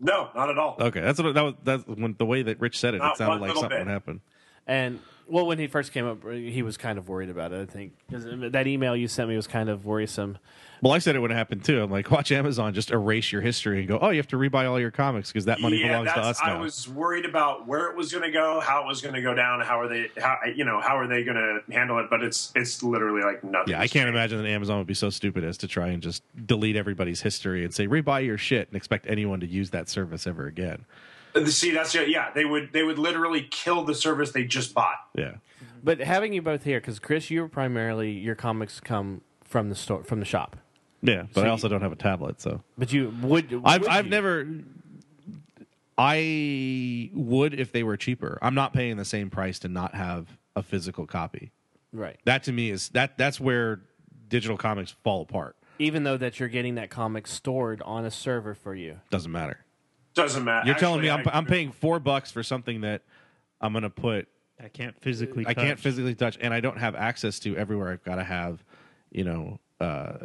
Speaker 2: No, not at all.
Speaker 6: Okay, that's what that was. That's when the way that Rich said it,
Speaker 2: Not
Speaker 6: it
Speaker 2: Uh,
Speaker 6: sounded
Speaker 2: one
Speaker 6: like
Speaker 2: little
Speaker 6: something
Speaker 2: bit.
Speaker 6: happened.
Speaker 4: and well, when he first came up, he was kind of worried about it. I think 'Cause that email you sent me was kind of worrisome.
Speaker 6: Well, I said it would happen too. I'm like, watch Amazon just erase your history and go, oh, you have to rebuy all your comics because that money
Speaker 2: yeah,
Speaker 6: belongs to
Speaker 2: that's,
Speaker 6: us now.
Speaker 2: I was worried about where it was going to go, how it was going to go down, how are they, how you know, how are they going to handle it? But it's it's literally like nothing.
Speaker 6: yeah, I can't imagine that Amazon would be so stupid as to try and just delete everybody's history and say rebuy your shit and expect anyone to use that service ever again.
Speaker 2: Uh, See, that's yeah. They would they would literally kill the service they just bought.
Speaker 6: Yeah,
Speaker 4: But having you both here, because Chris, you're primarily your comics come from the store from the shop.
Speaker 6: yeah. But
Speaker 4: So
Speaker 6: I
Speaker 4: you-
Speaker 6: also don't have a tablet, so
Speaker 4: But you would
Speaker 6: I've
Speaker 4: would
Speaker 6: I've
Speaker 4: you?
Speaker 6: never. I would if they were cheaper. I'm not paying the same price to not have a physical copy.
Speaker 4: right.
Speaker 6: That to me is that that's where digital comics fall apart.
Speaker 4: Even though that you're getting that comic stored on a server for you.
Speaker 6: Doesn't matter.
Speaker 2: Doesn't matter.
Speaker 6: You're telling me I'm,
Speaker 2: Actually, I-
Speaker 6: I'm paying four bucks for something that I'm going to put,
Speaker 5: I can't physically.
Speaker 6: I can't
Speaker 5: touch.
Speaker 6: physically touch, and I don't have access to everywhere. I've got to have, you know, uh,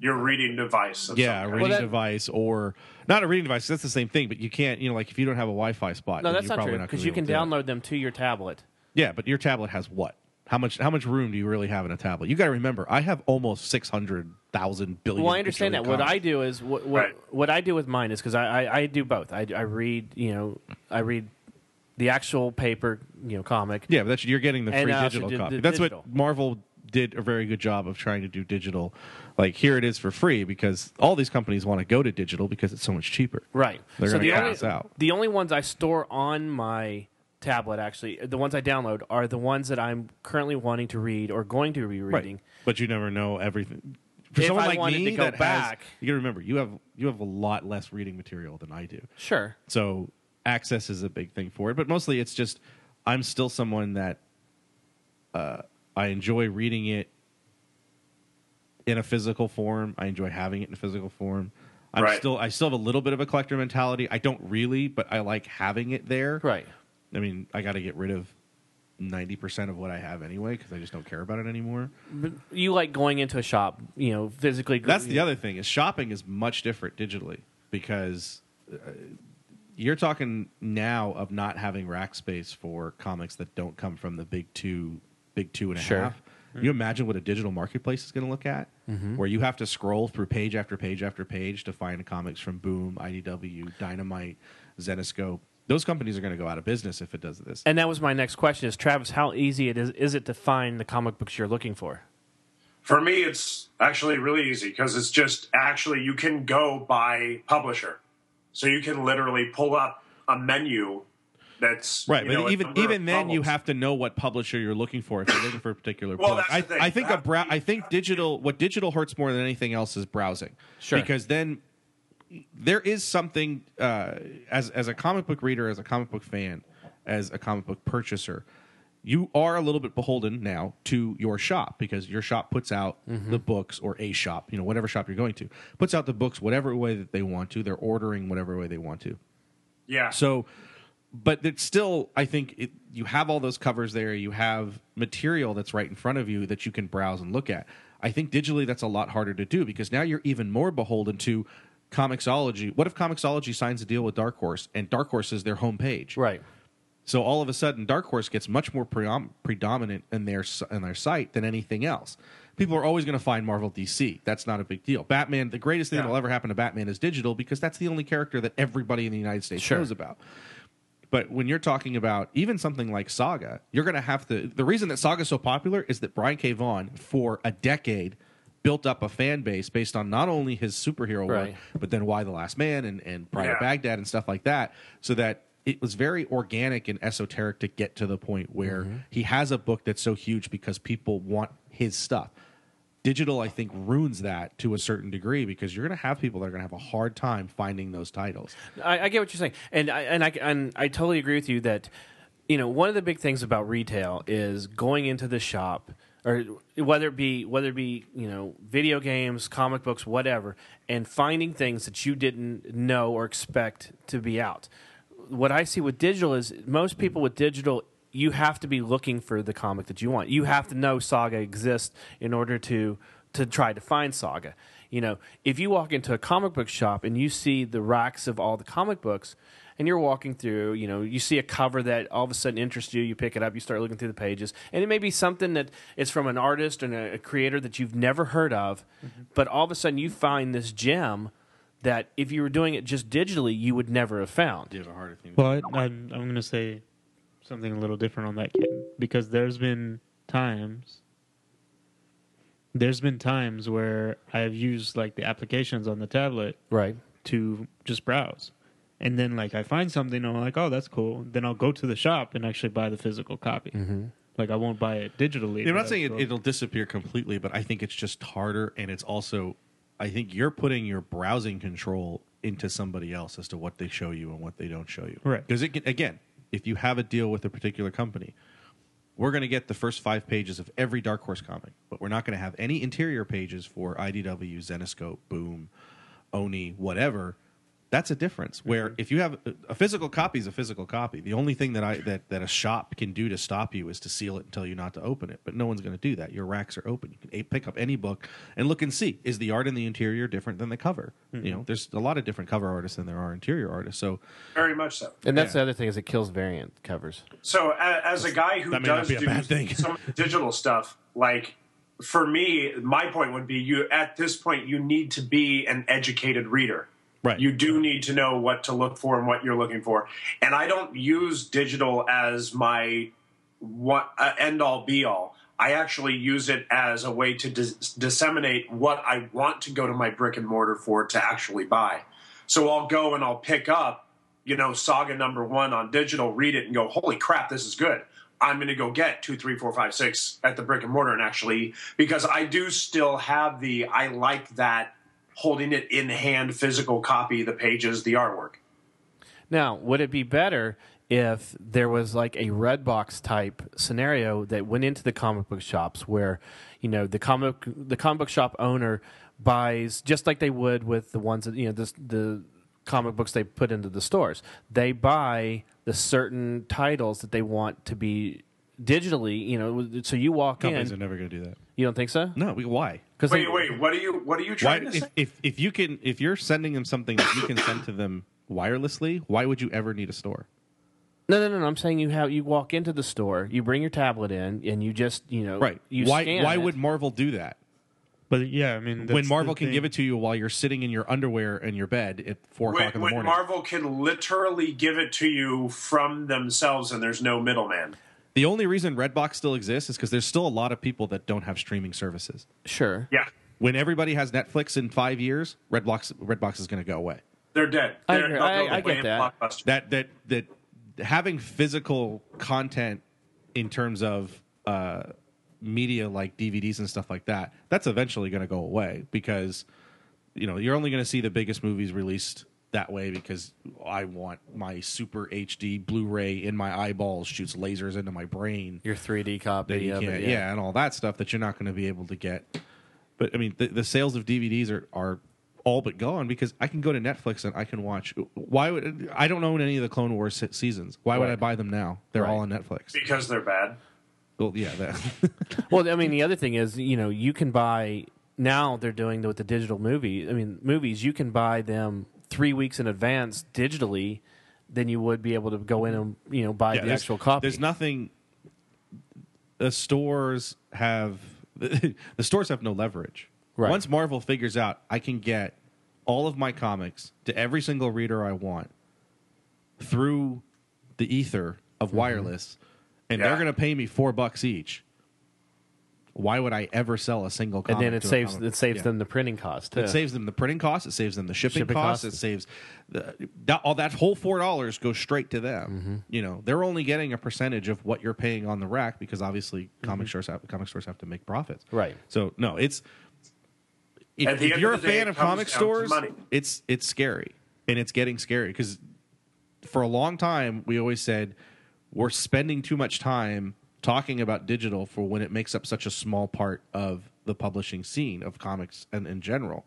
Speaker 2: your reading device. Of
Speaker 6: yeah, a
Speaker 2: some
Speaker 6: reading
Speaker 2: kind.
Speaker 4: that-
Speaker 6: device or not a reading device. That's the same thing, but you can't, you know, like if you don't have a Wi-Fi spot,
Speaker 4: No,
Speaker 6: then
Speaker 4: that's
Speaker 6: you're
Speaker 4: not
Speaker 6: probably
Speaker 4: true
Speaker 6: not gonna
Speaker 4: because
Speaker 6: be
Speaker 4: you
Speaker 6: able
Speaker 4: can
Speaker 6: to do it.
Speaker 4: download them to your tablet.
Speaker 6: Yeah, but your tablet has what? How much? How much room do you really have in a tablet? You got to remember, I have almost six hundred thousand billion.
Speaker 4: Well, I understand that.
Speaker 6: bajillion
Speaker 4: What I
Speaker 6: copies.
Speaker 4: do is what what,
Speaker 2: Right.
Speaker 4: what I do with mine is because I, I I do both. I I read you know I read the actual paper you know comic.
Speaker 6: Yeah, but that's you're getting the
Speaker 4: And
Speaker 6: free
Speaker 4: I also
Speaker 6: digital
Speaker 4: did the
Speaker 6: copy. that's
Speaker 4: digital.
Speaker 6: what Marvel did a very good job of trying to do digital. Like here it is for free because all these companies want to go to digital because it's so much cheaper.
Speaker 4: Right.
Speaker 6: They're
Speaker 4: so
Speaker 6: gonna
Speaker 4: the
Speaker 6: cut
Speaker 4: only
Speaker 6: us out.
Speaker 4: the only ones I store on my tablet actually the ones I download are the ones that I'm currently wanting to read or going to be reading.
Speaker 6: But you never know everything. For
Speaker 4: If
Speaker 6: someone
Speaker 4: I
Speaker 6: like
Speaker 4: wanted
Speaker 6: me
Speaker 4: to go
Speaker 6: that has-
Speaker 4: back-
Speaker 6: you got to remember you have you have a lot less reading material than I do.
Speaker 4: Sure.
Speaker 6: So access is a big thing for it, but mostly it's just I'm still someone that uh, I enjoy reading it in a physical form. I enjoy having it in a physical form. I'm
Speaker 2: Right.
Speaker 6: still I still have a little bit of a collector mentality. I don't really, but I like having it there.
Speaker 4: Right.
Speaker 6: I mean, I got to get rid of ninety percent of what I have anyway because I just don't care about it anymore.
Speaker 4: You like going into a shop, you know, physically.
Speaker 6: That's the other thing is shopping is much different digitally because uh, you're talking now of not having rack space for comics that don't come from the big two, big two and a half.
Speaker 4: Sure.
Speaker 6: You imagine what a digital marketplace is going to look at, where you have to scroll through page after page after page to find comics from Boom, IDW, Dynamite, Zenoscope. Those companies are going to go out of business if it does this.
Speaker 4: And that was my next question: Is Travis, how easy it is is it to find the comic books you're looking for?
Speaker 2: For me, it's actually really easy because it's just actually you can go by publisher, so you can literally pull up a menu. That's
Speaker 6: Right,
Speaker 2: you
Speaker 6: but
Speaker 2: know, a
Speaker 6: even
Speaker 2: number
Speaker 6: even
Speaker 2: of
Speaker 6: then, you
Speaker 2: problems.
Speaker 6: have to know what publisher you're looking for if you're looking for a particular.
Speaker 2: Well,
Speaker 6: book.
Speaker 2: that's the
Speaker 6: I, I
Speaker 2: thing.
Speaker 6: think a
Speaker 2: That-
Speaker 6: brow. I think digital. What digital hurts more than anything else is browsing.
Speaker 4: Sure.
Speaker 6: because then there is something uh, as as a comic book reader, as a comic book fan, as a comic book purchaser. you are a little bit beholden now to your shop because your shop puts out the books or a shop, you know, whatever shop you're going to, puts out the books whatever way that they want to. They're ordering whatever way they want to.
Speaker 2: Yeah.
Speaker 6: So, but it's still, I think it, you have all those covers there. You have material that's right in front of you that you can browse and look at. I think digitally that's a lot harder to do because now you're even more beholden to Comixology. What if Comixology signs a deal with Dark Horse and Dark Horse is their homepage?
Speaker 4: Right.
Speaker 6: So all of a sudden, Dark Horse gets much more preom- predominant in their s- in their site than anything else. People are always going to find Marvel DC. That's not a big deal. Batman, the greatest thing
Speaker 2: Yeah.
Speaker 6: that'll ever happen to Batman is digital because that's the only character that everybody in the United States
Speaker 4: Sure.
Speaker 6: knows about. But when you're talking about even something like Saga, you're going to have to. The reason that Saga's so popular is that Brian K. Vaughan, for a decade, built up a fan base based on not only his superhero
Speaker 4: Right.
Speaker 6: work, but then Why the Last Man and, and Pride of
Speaker 2: Yeah.
Speaker 6: Baghdad and stuff like that, so that it was very organic and esoteric to get to the point where he has a book that's so huge because people want his stuff. Digital, I think, ruins that to a certain degree because you're going to have people that are going to have a hard time finding those titles.
Speaker 4: I, I get what you're saying, and I and I and I totally agree with you that you know one of the big things about retail is going into the shop or whether it be whether it be you know video games, comic books, whatever, and finding things that you didn't know or expect to be out. What I see with digital is most people with digital. You have to be looking for the comic that you want. You have to know Saga exists in order to to try to find Saga. You know, if you walk into a comic book shop and you see the racks of all the comic books, and you're walking through, you know, you see a cover that all of a sudden interests you, you pick it up, you start looking through the pages, and it may be something that is from an artist and a, a creator that you've never heard of, but all of a sudden you find this gem that if you were doing it just digitally, you would never have found.
Speaker 6: You have a harder thing.
Speaker 5: Well, I, I'm, I'm going to say something a little different on that, kid, because there's been times. There's been times where I've used like the applications on the tablet
Speaker 4: Right.
Speaker 5: to just browse. And then like I find something and I'm like, oh, that's cool. Then I'll go to the shop and actually buy the physical copy. Like I won't buy it digitally.
Speaker 6: I'm
Speaker 5: but
Speaker 6: not saying
Speaker 5: I'll-
Speaker 6: it, it'll disappear completely, but I think it's just harder, and it's also, I think you're putting your browsing control into somebody else as to what they show you and what they don't show you.
Speaker 5: Right.
Speaker 6: Because it can, again, if you have a deal with a particular company, we're going to get the first five pages of every Dark Horse comic, but we're not going to have any interior pages for IDW, Zenoscope, Boom, Oni, whatever. That's a difference. Where if you have a- a physical copy is a physical copy. The only thing that I that, that a shop can do to stop you is to seal it and tell you not to open it. But no one's going to do that. Your racks are open. You can a- pick up any book and look and see is the art in the interior different than the cover. You know, there's a lot of different cover artists than there are interior artists. So
Speaker 2: very much so.
Speaker 4: And that's the other thing is it kills variant covers.
Speaker 2: So, a- as a guy who
Speaker 6: That may not
Speaker 2: does
Speaker 6: be a
Speaker 2: do
Speaker 6: bad thing.
Speaker 2: some digital stuff, like for me, my point would be you at this point you need to be an educated reader.
Speaker 6: Right.
Speaker 2: You do need to know what to look for and what you're looking for. And I don't use digital as my what uh, end all be all. I actually use it as a way to dis- disseminate what I want to go to my brick and mortar for to actually buy. So I'll go and I'll pick up, you know, Saga number one on digital, read it, and go, holy crap, this is good. I'm going to go get two, three, four, five, six at the brick and mortar, and actually, because I do still have the, I like that holding it in hand, physical copy, the pages, the artwork.
Speaker 4: Now, would it be better if there was like a red box type scenario that went into the comic book shops where, you know, the comic the comic book shop owner buys just like they would with the ones that you know the the comic books they put into the stores. They buy the certain titles that they want to be digitally, you know, so you walk
Speaker 6: companies
Speaker 4: in.
Speaker 6: are never going to do that.
Speaker 4: You don't think so?
Speaker 6: No, we, why?
Speaker 4: 'Cause they-
Speaker 2: Wait, wait, what are you, what are you
Speaker 6: Why,
Speaker 2: trying to
Speaker 6: if,
Speaker 2: say?
Speaker 6: if if you can if you're sending them something that you can send to them wirelessly, why would you ever need a store?
Speaker 4: No, no, no, no. I'm saying you have you walk into the store, you bring your tablet in, and you just you know
Speaker 6: Right.
Speaker 4: You
Speaker 6: why
Speaker 4: scan
Speaker 6: why
Speaker 4: it.
Speaker 6: would Marvel do that?
Speaker 5: But yeah, I mean,
Speaker 6: when Marvel can give it to you while you're sitting in your underwear in your bed at four
Speaker 2: When,
Speaker 6: o'clock in the
Speaker 2: when
Speaker 6: morning.
Speaker 2: Marvel can literally give it to you from themselves and there's no middleman.
Speaker 6: the only reason Redbox still exists is because there's still a lot of people that don't have streaming services.
Speaker 4: sure
Speaker 2: Yeah,
Speaker 6: When everybody has Netflix in five years, Redbox Redbox is going to go away.
Speaker 2: they're dead.
Speaker 4: I
Speaker 2: They're,
Speaker 4: agree.
Speaker 2: they'll go
Speaker 4: I- I
Speaker 2: away
Speaker 4: get
Speaker 2: in
Speaker 4: that.
Speaker 2: Blockbuster.
Speaker 6: That that that having physical content in terms of uh, media like DVDs and stuff like that, that's eventually going to go away because you know you're only going to see the biggest movies released that way because I want my super HD Blu-ray in my eyeballs shoots lasers into my brain
Speaker 4: Your 3D
Speaker 6: that
Speaker 4: copy
Speaker 6: you
Speaker 4: of
Speaker 6: can't,
Speaker 4: it.
Speaker 6: yeah. and all that stuff that you're not going to be able to get. But I mean, the, the sales of DVDs are are all but gone because I can go to Netflix and I can watch. Why would I don't own any of the Clone Wars se- seasons? Why would I
Speaker 4: Right.
Speaker 6: buy them now? They're all on Netflix.
Speaker 2: because they're bad.
Speaker 6: Well, yeah, that,
Speaker 4: Well, I mean, the other thing is, you know, you can buy now. They're doing with the digital movie. I mean, movies. You can buy them three weeks in advance digitally. Than you would be able to go in and you know buy
Speaker 6: yeah,
Speaker 4: the
Speaker 6: there's-
Speaker 4: actual copy.
Speaker 6: There's nothing. The stores have the stores have no leverage.
Speaker 4: Right.
Speaker 6: Once Marvel figures out I can get all of my comics to every single reader I want through the ether
Speaker 4: Mm-hmm.
Speaker 6: of wireless, and they're
Speaker 2: Yeah.
Speaker 6: going to pay me four bucks each. Why would I ever sell a single? comic
Speaker 4: and then it
Speaker 6: to a
Speaker 4: saves
Speaker 6: comic-
Speaker 4: it saves
Speaker 6: Yeah.
Speaker 4: them the printing cost. too.
Speaker 6: It saves them the printing costs. It saves them the shipping,
Speaker 4: Shipping
Speaker 6: costs.
Speaker 4: costs.
Speaker 6: It saves the, that, all that whole four dollars goes straight to them.
Speaker 4: Mm-hmm.
Speaker 6: You know, they're only getting a percentage of what you're paying on the rack because obviously comic stores have comic stores have to make profits.
Speaker 4: Mm-hmm. Right.
Speaker 6: So no, it's if,
Speaker 2: At the
Speaker 6: if
Speaker 2: end
Speaker 6: you're a
Speaker 2: of the day,
Speaker 6: fan
Speaker 2: it
Speaker 6: of
Speaker 2: comes
Speaker 6: comic
Speaker 2: down to
Speaker 6: stores,
Speaker 2: money.
Speaker 6: it's it's scary and it's getting scary because for a long time we always said we're spending too much time talking about digital for when it makes up such a small part of the publishing scene of comics and in general.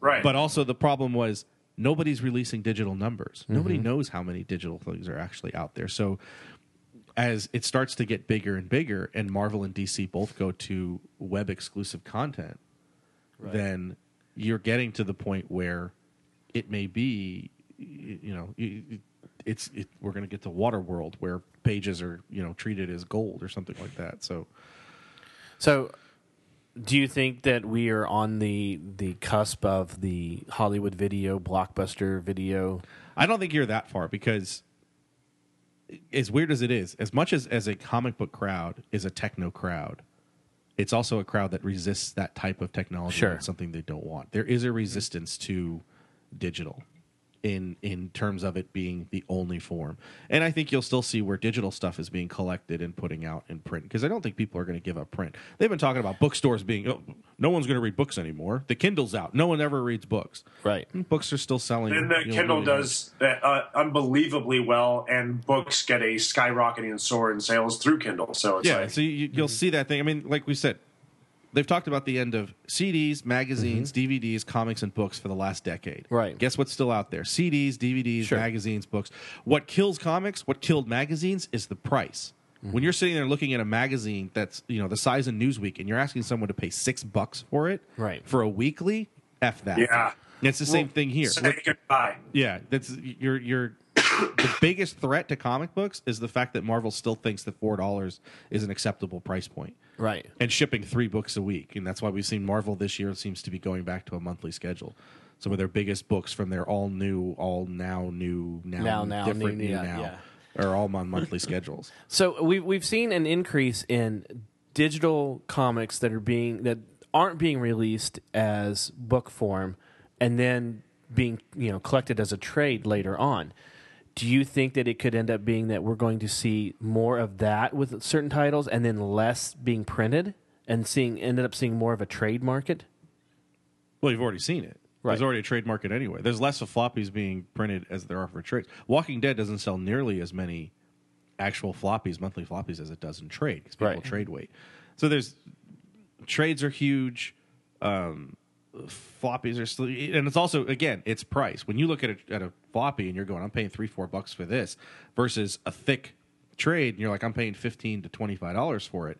Speaker 2: Right.
Speaker 6: But also the problem was nobody's releasing digital numbers. Nobody knows how many digital things are actually out there. So as it starts to get bigger and bigger and Marvel and DC both go to web exclusive content, then you're getting to the point where it may be y- you know y- y- it's it, we're going to get to Waterworld where pages are you know treated as gold or something like that. So
Speaker 4: So, do you think that we are on the the cusp of the Hollywood video blockbuster video?
Speaker 6: I don't think you're that far because as weird as it is, as much as as a comic book crowd is a techno crowd, it's also a crowd that resists that type of technology.
Speaker 4: Sure.
Speaker 6: It's something they don't want. There is a resistance to digital in in terms of it being the only form. And I think you'll still see where digital stuff is being collected and putting out in print because I don't think people are going to give up print. They've been talking about bookstores being oh, no one's going to read books anymore. The Kindle's out. No one ever reads books.
Speaker 4: Right.
Speaker 6: Books are still selling.
Speaker 2: And the
Speaker 6: you know,
Speaker 2: Kindle
Speaker 6: really-
Speaker 2: does uh, uh, unbelievably well, and books get a skyrocketing soar in sales through Kindle. So it's
Speaker 6: yeah,
Speaker 2: like,
Speaker 6: so you,
Speaker 4: Mm-hmm.
Speaker 6: you'll see that thing. I mean, like we said, they've talked about the end of CDs, magazines, DVDs, comics, and books for the last decade.
Speaker 4: Mm-hmm. Right.
Speaker 6: Guess what's still out there? CDs, DVDs,
Speaker 4: Sure.
Speaker 6: magazines, books. What kills comics? What killed magazines is the price.
Speaker 4: Mm-hmm.
Speaker 6: When you're sitting there looking at a magazine that's you know the size of Newsweek, and you're asking someone to pay six bucks for it,
Speaker 4: Right.
Speaker 6: For a weekly, f that.
Speaker 2: Yeah.
Speaker 6: it's the same thing here.
Speaker 2: say goodbye.
Speaker 6: Yeah, that's your your the biggest threat to comic books is the fact that Marvel still thinks that four dollars is an acceptable price point.
Speaker 4: Right.
Speaker 6: And shipping three books a week, and that's why we've seen Marvel this year seems to be going back to a monthly schedule. Some of their biggest books from their all new, all now new, now,
Speaker 4: Now, now, new,
Speaker 6: different new,
Speaker 4: yeah,
Speaker 6: now are all on monthly schedules.
Speaker 4: So we've we've seen an increase in digital comics that are being that aren't being released as book form, and then being you know collected as a trade later on. Do you think that it could end up being that we're going to see more of that with certain titles, and then less being printed, and seeing ended up seeing more of a trade market?
Speaker 6: Well, you've already seen it. There's
Speaker 4: Right.
Speaker 6: already a trade market anyway. There's less of floppies being printed as there are for trades. Walking Dead doesn't sell nearly as many actual floppies, monthly floppies, as it does in trade because people
Speaker 4: Right.
Speaker 6: trade weight. So there's trades are huge. Um, floppies are still, and it's also again, it's price. When you look at a, at a floppy and you're going, I'm paying three, four bucks for this versus a thick trade, and you're like, I'm paying fifteen to twenty five dollars for it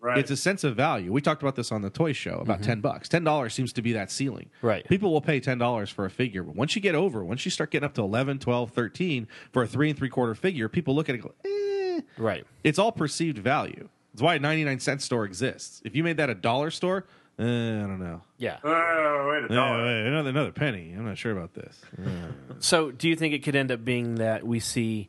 Speaker 2: Right.
Speaker 6: it's a sense of value. We talked about this on the toy show about ten bucks. Ten dollars seems to be that ceiling.
Speaker 4: Right.
Speaker 6: People will pay ten dollars for a figure, but once you get over, once you start getting up to 11, 12, 13 for a three and three quarter figure, people look at it and go, eh.
Speaker 4: Right.
Speaker 6: It's all perceived value. It's why a ninety nine cent store exists. If you made that a dollar store, eh, I don't know.
Speaker 4: Yeah.
Speaker 2: oh, wait a
Speaker 6: Eh,
Speaker 2: dollar.
Speaker 6: wait, another another penny. I'm not sure about this.
Speaker 4: So, do you think it could end up being that we see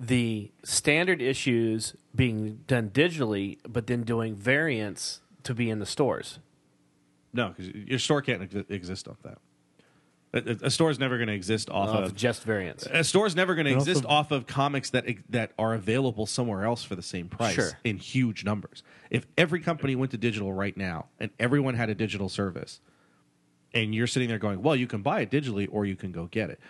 Speaker 4: the standard issues being done digitally, but then doing variants to be in the stores?
Speaker 6: No, because your store can't ex- exist off that. A, a- a store is never going to exist off
Speaker 4: Of
Speaker 6: of
Speaker 4: just variants.
Speaker 6: a Uh, store's never going to
Speaker 5: also-
Speaker 6: exist off of comics that that are available somewhere else for the same price
Speaker 4: Sure.
Speaker 6: in huge numbers. If every company went to digital right now and everyone had a digital service, and you're sitting there going, "Well, you can buy it digitally or you can go get it."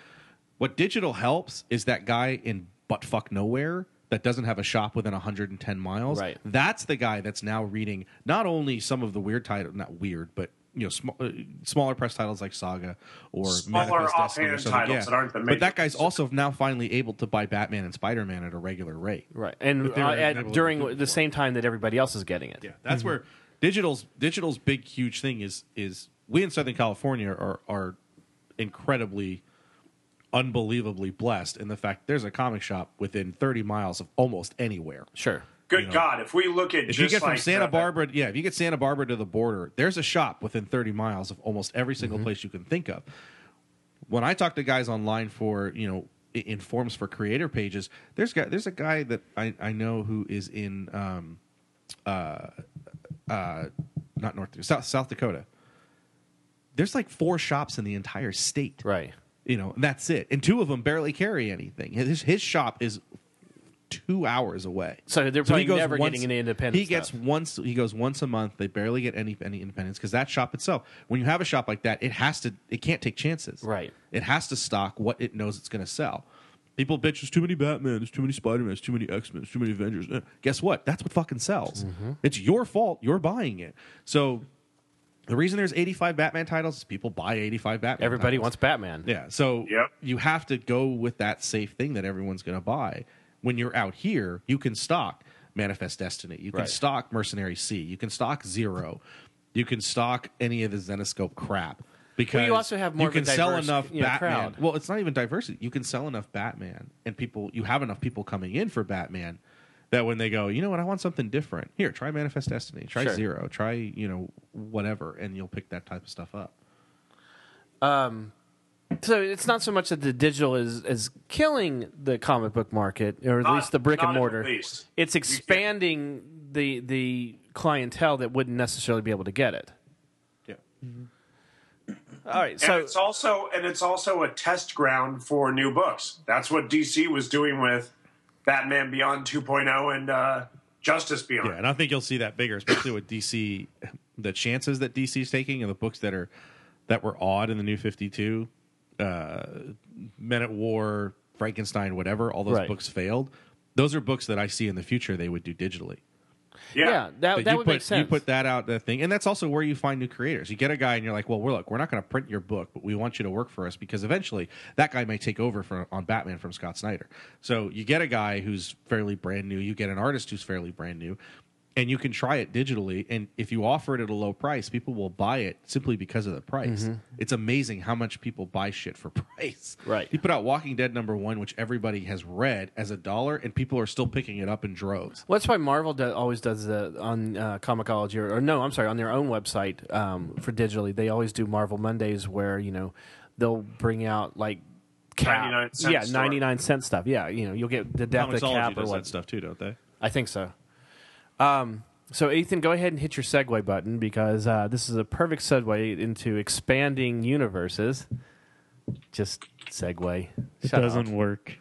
Speaker 6: What digital helps is that guy in buttfuck nowhere that doesn't have a shop within 110 miles.
Speaker 4: Right.
Speaker 6: That's the guy that's now reading not only some of the weird title, not weird, but you know, sm- uh, smaller press titles like Saga or
Speaker 2: Smaller
Speaker 6: Manifest Destiny or
Speaker 2: offhand
Speaker 6: something.
Speaker 2: titles
Speaker 6: yeah.
Speaker 2: that aren't the
Speaker 6: But
Speaker 2: major-
Speaker 6: that guy's also now finally able to buy Batman and Spider Man at a regular rate.
Speaker 4: Right, and
Speaker 6: But they
Speaker 4: uh,
Speaker 6: were never
Speaker 4: at,
Speaker 6: able to do it
Speaker 4: during the
Speaker 6: before.
Speaker 4: same time that everybody else is getting it.
Speaker 6: Yeah, that's where digital's digital's big huge thing is is we in Southern California are are incredibly unbelievably blessed in the fact there's a comic shop within 30 miles of almost anywhere.
Speaker 4: Sure.
Speaker 2: Good
Speaker 6: You know,
Speaker 2: God, if we look at
Speaker 6: If
Speaker 2: just
Speaker 6: you get from
Speaker 2: like
Speaker 6: Santa
Speaker 2: the-
Speaker 6: Barbara, yeah, if you get Santa Barbara to the border, there's a shop within 30 miles of almost every single place you can think of. When I talk to guys online for, you know, i- in forums for creator pages, there's guy, there's a guy that I, I know who is in um uh uh not North South South Dakota. There's like four shops in the entire state.
Speaker 4: Right.
Speaker 6: You know, and that's it. And two of them barely carry anything. His his shop is two hours away.
Speaker 4: So they're probably never getting any independent
Speaker 6: He gets
Speaker 4: stuff.
Speaker 6: once. He goes once a month. They barely get any any independence because that shop itself. When you have a shop like that, it has to. It can't take chances.
Speaker 4: Right.
Speaker 6: It has to stock what it knows it's going to sell. People bitch. There's too many Batman. There's too many Spider Man. There's too many X Men. There's too many Avengers. Eh, Guess what? That's what fucking sells.
Speaker 4: Mm-hmm.
Speaker 6: It's your fault. You're buying it. So. The reason there's 85 Batman titles is people buy 85 Batman.
Speaker 4: Everybody
Speaker 6: titles.
Speaker 4: wants Batman.
Speaker 6: Yeah. So
Speaker 2: Yep.
Speaker 6: you have to go with that safe thing that everyone's going to buy. When you're out here, you can stock Manifest Destiny. You can
Speaker 4: Right.
Speaker 6: stock Mercenary C. You can stock Zero. You can stock any of the Zenoscope crap. Because
Speaker 4: also have more
Speaker 6: you
Speaker 4: of a
Speaker 6: can sell
Speaker 4: diverse,
Speaker 6: enough
Speaker 4: you know,
Speaker 6: Batman.
Speaker 4: crowd.
Speaker 6: Well, it's not even diversity. You can sell enough Batman, and people you have enough people coming in for Batman that when they go, you know what, I want something different. Here, try Manifest Destiny. Try
Speaker 4: Sure.
Speaker 6: Zero. Try you know whatever, and you'll pick that type of stuff up.
Speaker 4: So it's not so much that the digital is is killing the comic book market, or at
Speaker 2: Not-
Speaker 4: least the brick
Speaker 2: not
Speaker 4: and
Speaker 2: at
Speaker 4: mortar.
Speaker 2: least.
Speaker 4: It's expanding the the clientele that wouldn't necessarily be able to get it.
Speaker 6: Yeah.
Speaker 4: All right.
Speaker 2: And
Speaker 4: So
Speaker 2: it's also and it's also a test ground for new books. That's what DC was doing with Batman Beyond 2.0 and uh, Justice Beyond.
Speaker 6: Yeah, and I think you'll see that bigger, especially with DC, the chances that DC's taking and the books that are that were odd in the New Fifty Two, uh, Men at War, Frankenstein, whatever. All those
Speaker 4: Right.
Speaker 6: books failed. Those are books that I see in the future they would do digitally.
Speaker 4: yeah, that that,
Speaker 6: you
Speaker 4: would
Speaker 6: put,
Speaker 4: make sense.
Speaker 6: You put that out that thing, and that's also where you find new creators. You get a guy, and you're like, "Well, we're look, we're not going to print your book, but we want you to work for us because eventually that guy may take over for, on Batman from Scott Snyder." So you get a guy who's fairly brand new. You get an artist who's fairly brand new, and you can try it digitally. And if you offer it at a low price, people will buy it simply because of the price.
Speaker 4: Mm-hmm.
Speaker 6: It's amazing how much people buy shit for price.
Speaker 4: Right.
Speaker 6: You put out Walking Dead number one, which everybody has read as a dollar, and people are still picking it up in droves.
Speaker 4: Well, that's why Marvel do, always does the on uh, Comicology or, or no, I'm sorry, on their own website um, for digitally. They always do Marvel Mondays where you know they'll bring out like cap,
Speaker 2: 99 cent
Speaker 4: yeah,
Speaker 2: store.
Speaker 4: 99 cent stuff. Yeah, you know, you'll get the death of
Speaker 6: Comixology
Speaker 4: cap or
Speaker 6: does
Speaker 4: what.
Speaker 6: stuff too, don't they?
Speaker 4: I think so. Um, so Ethan, go ahead and hit your segue button because uh, this is a perfect segue into expanding universes. Just segue.
Speaker 5: It
Speaker 4: Shut
Speaker 5: doesn't
Speaker 4: up.
Speaker 5: work.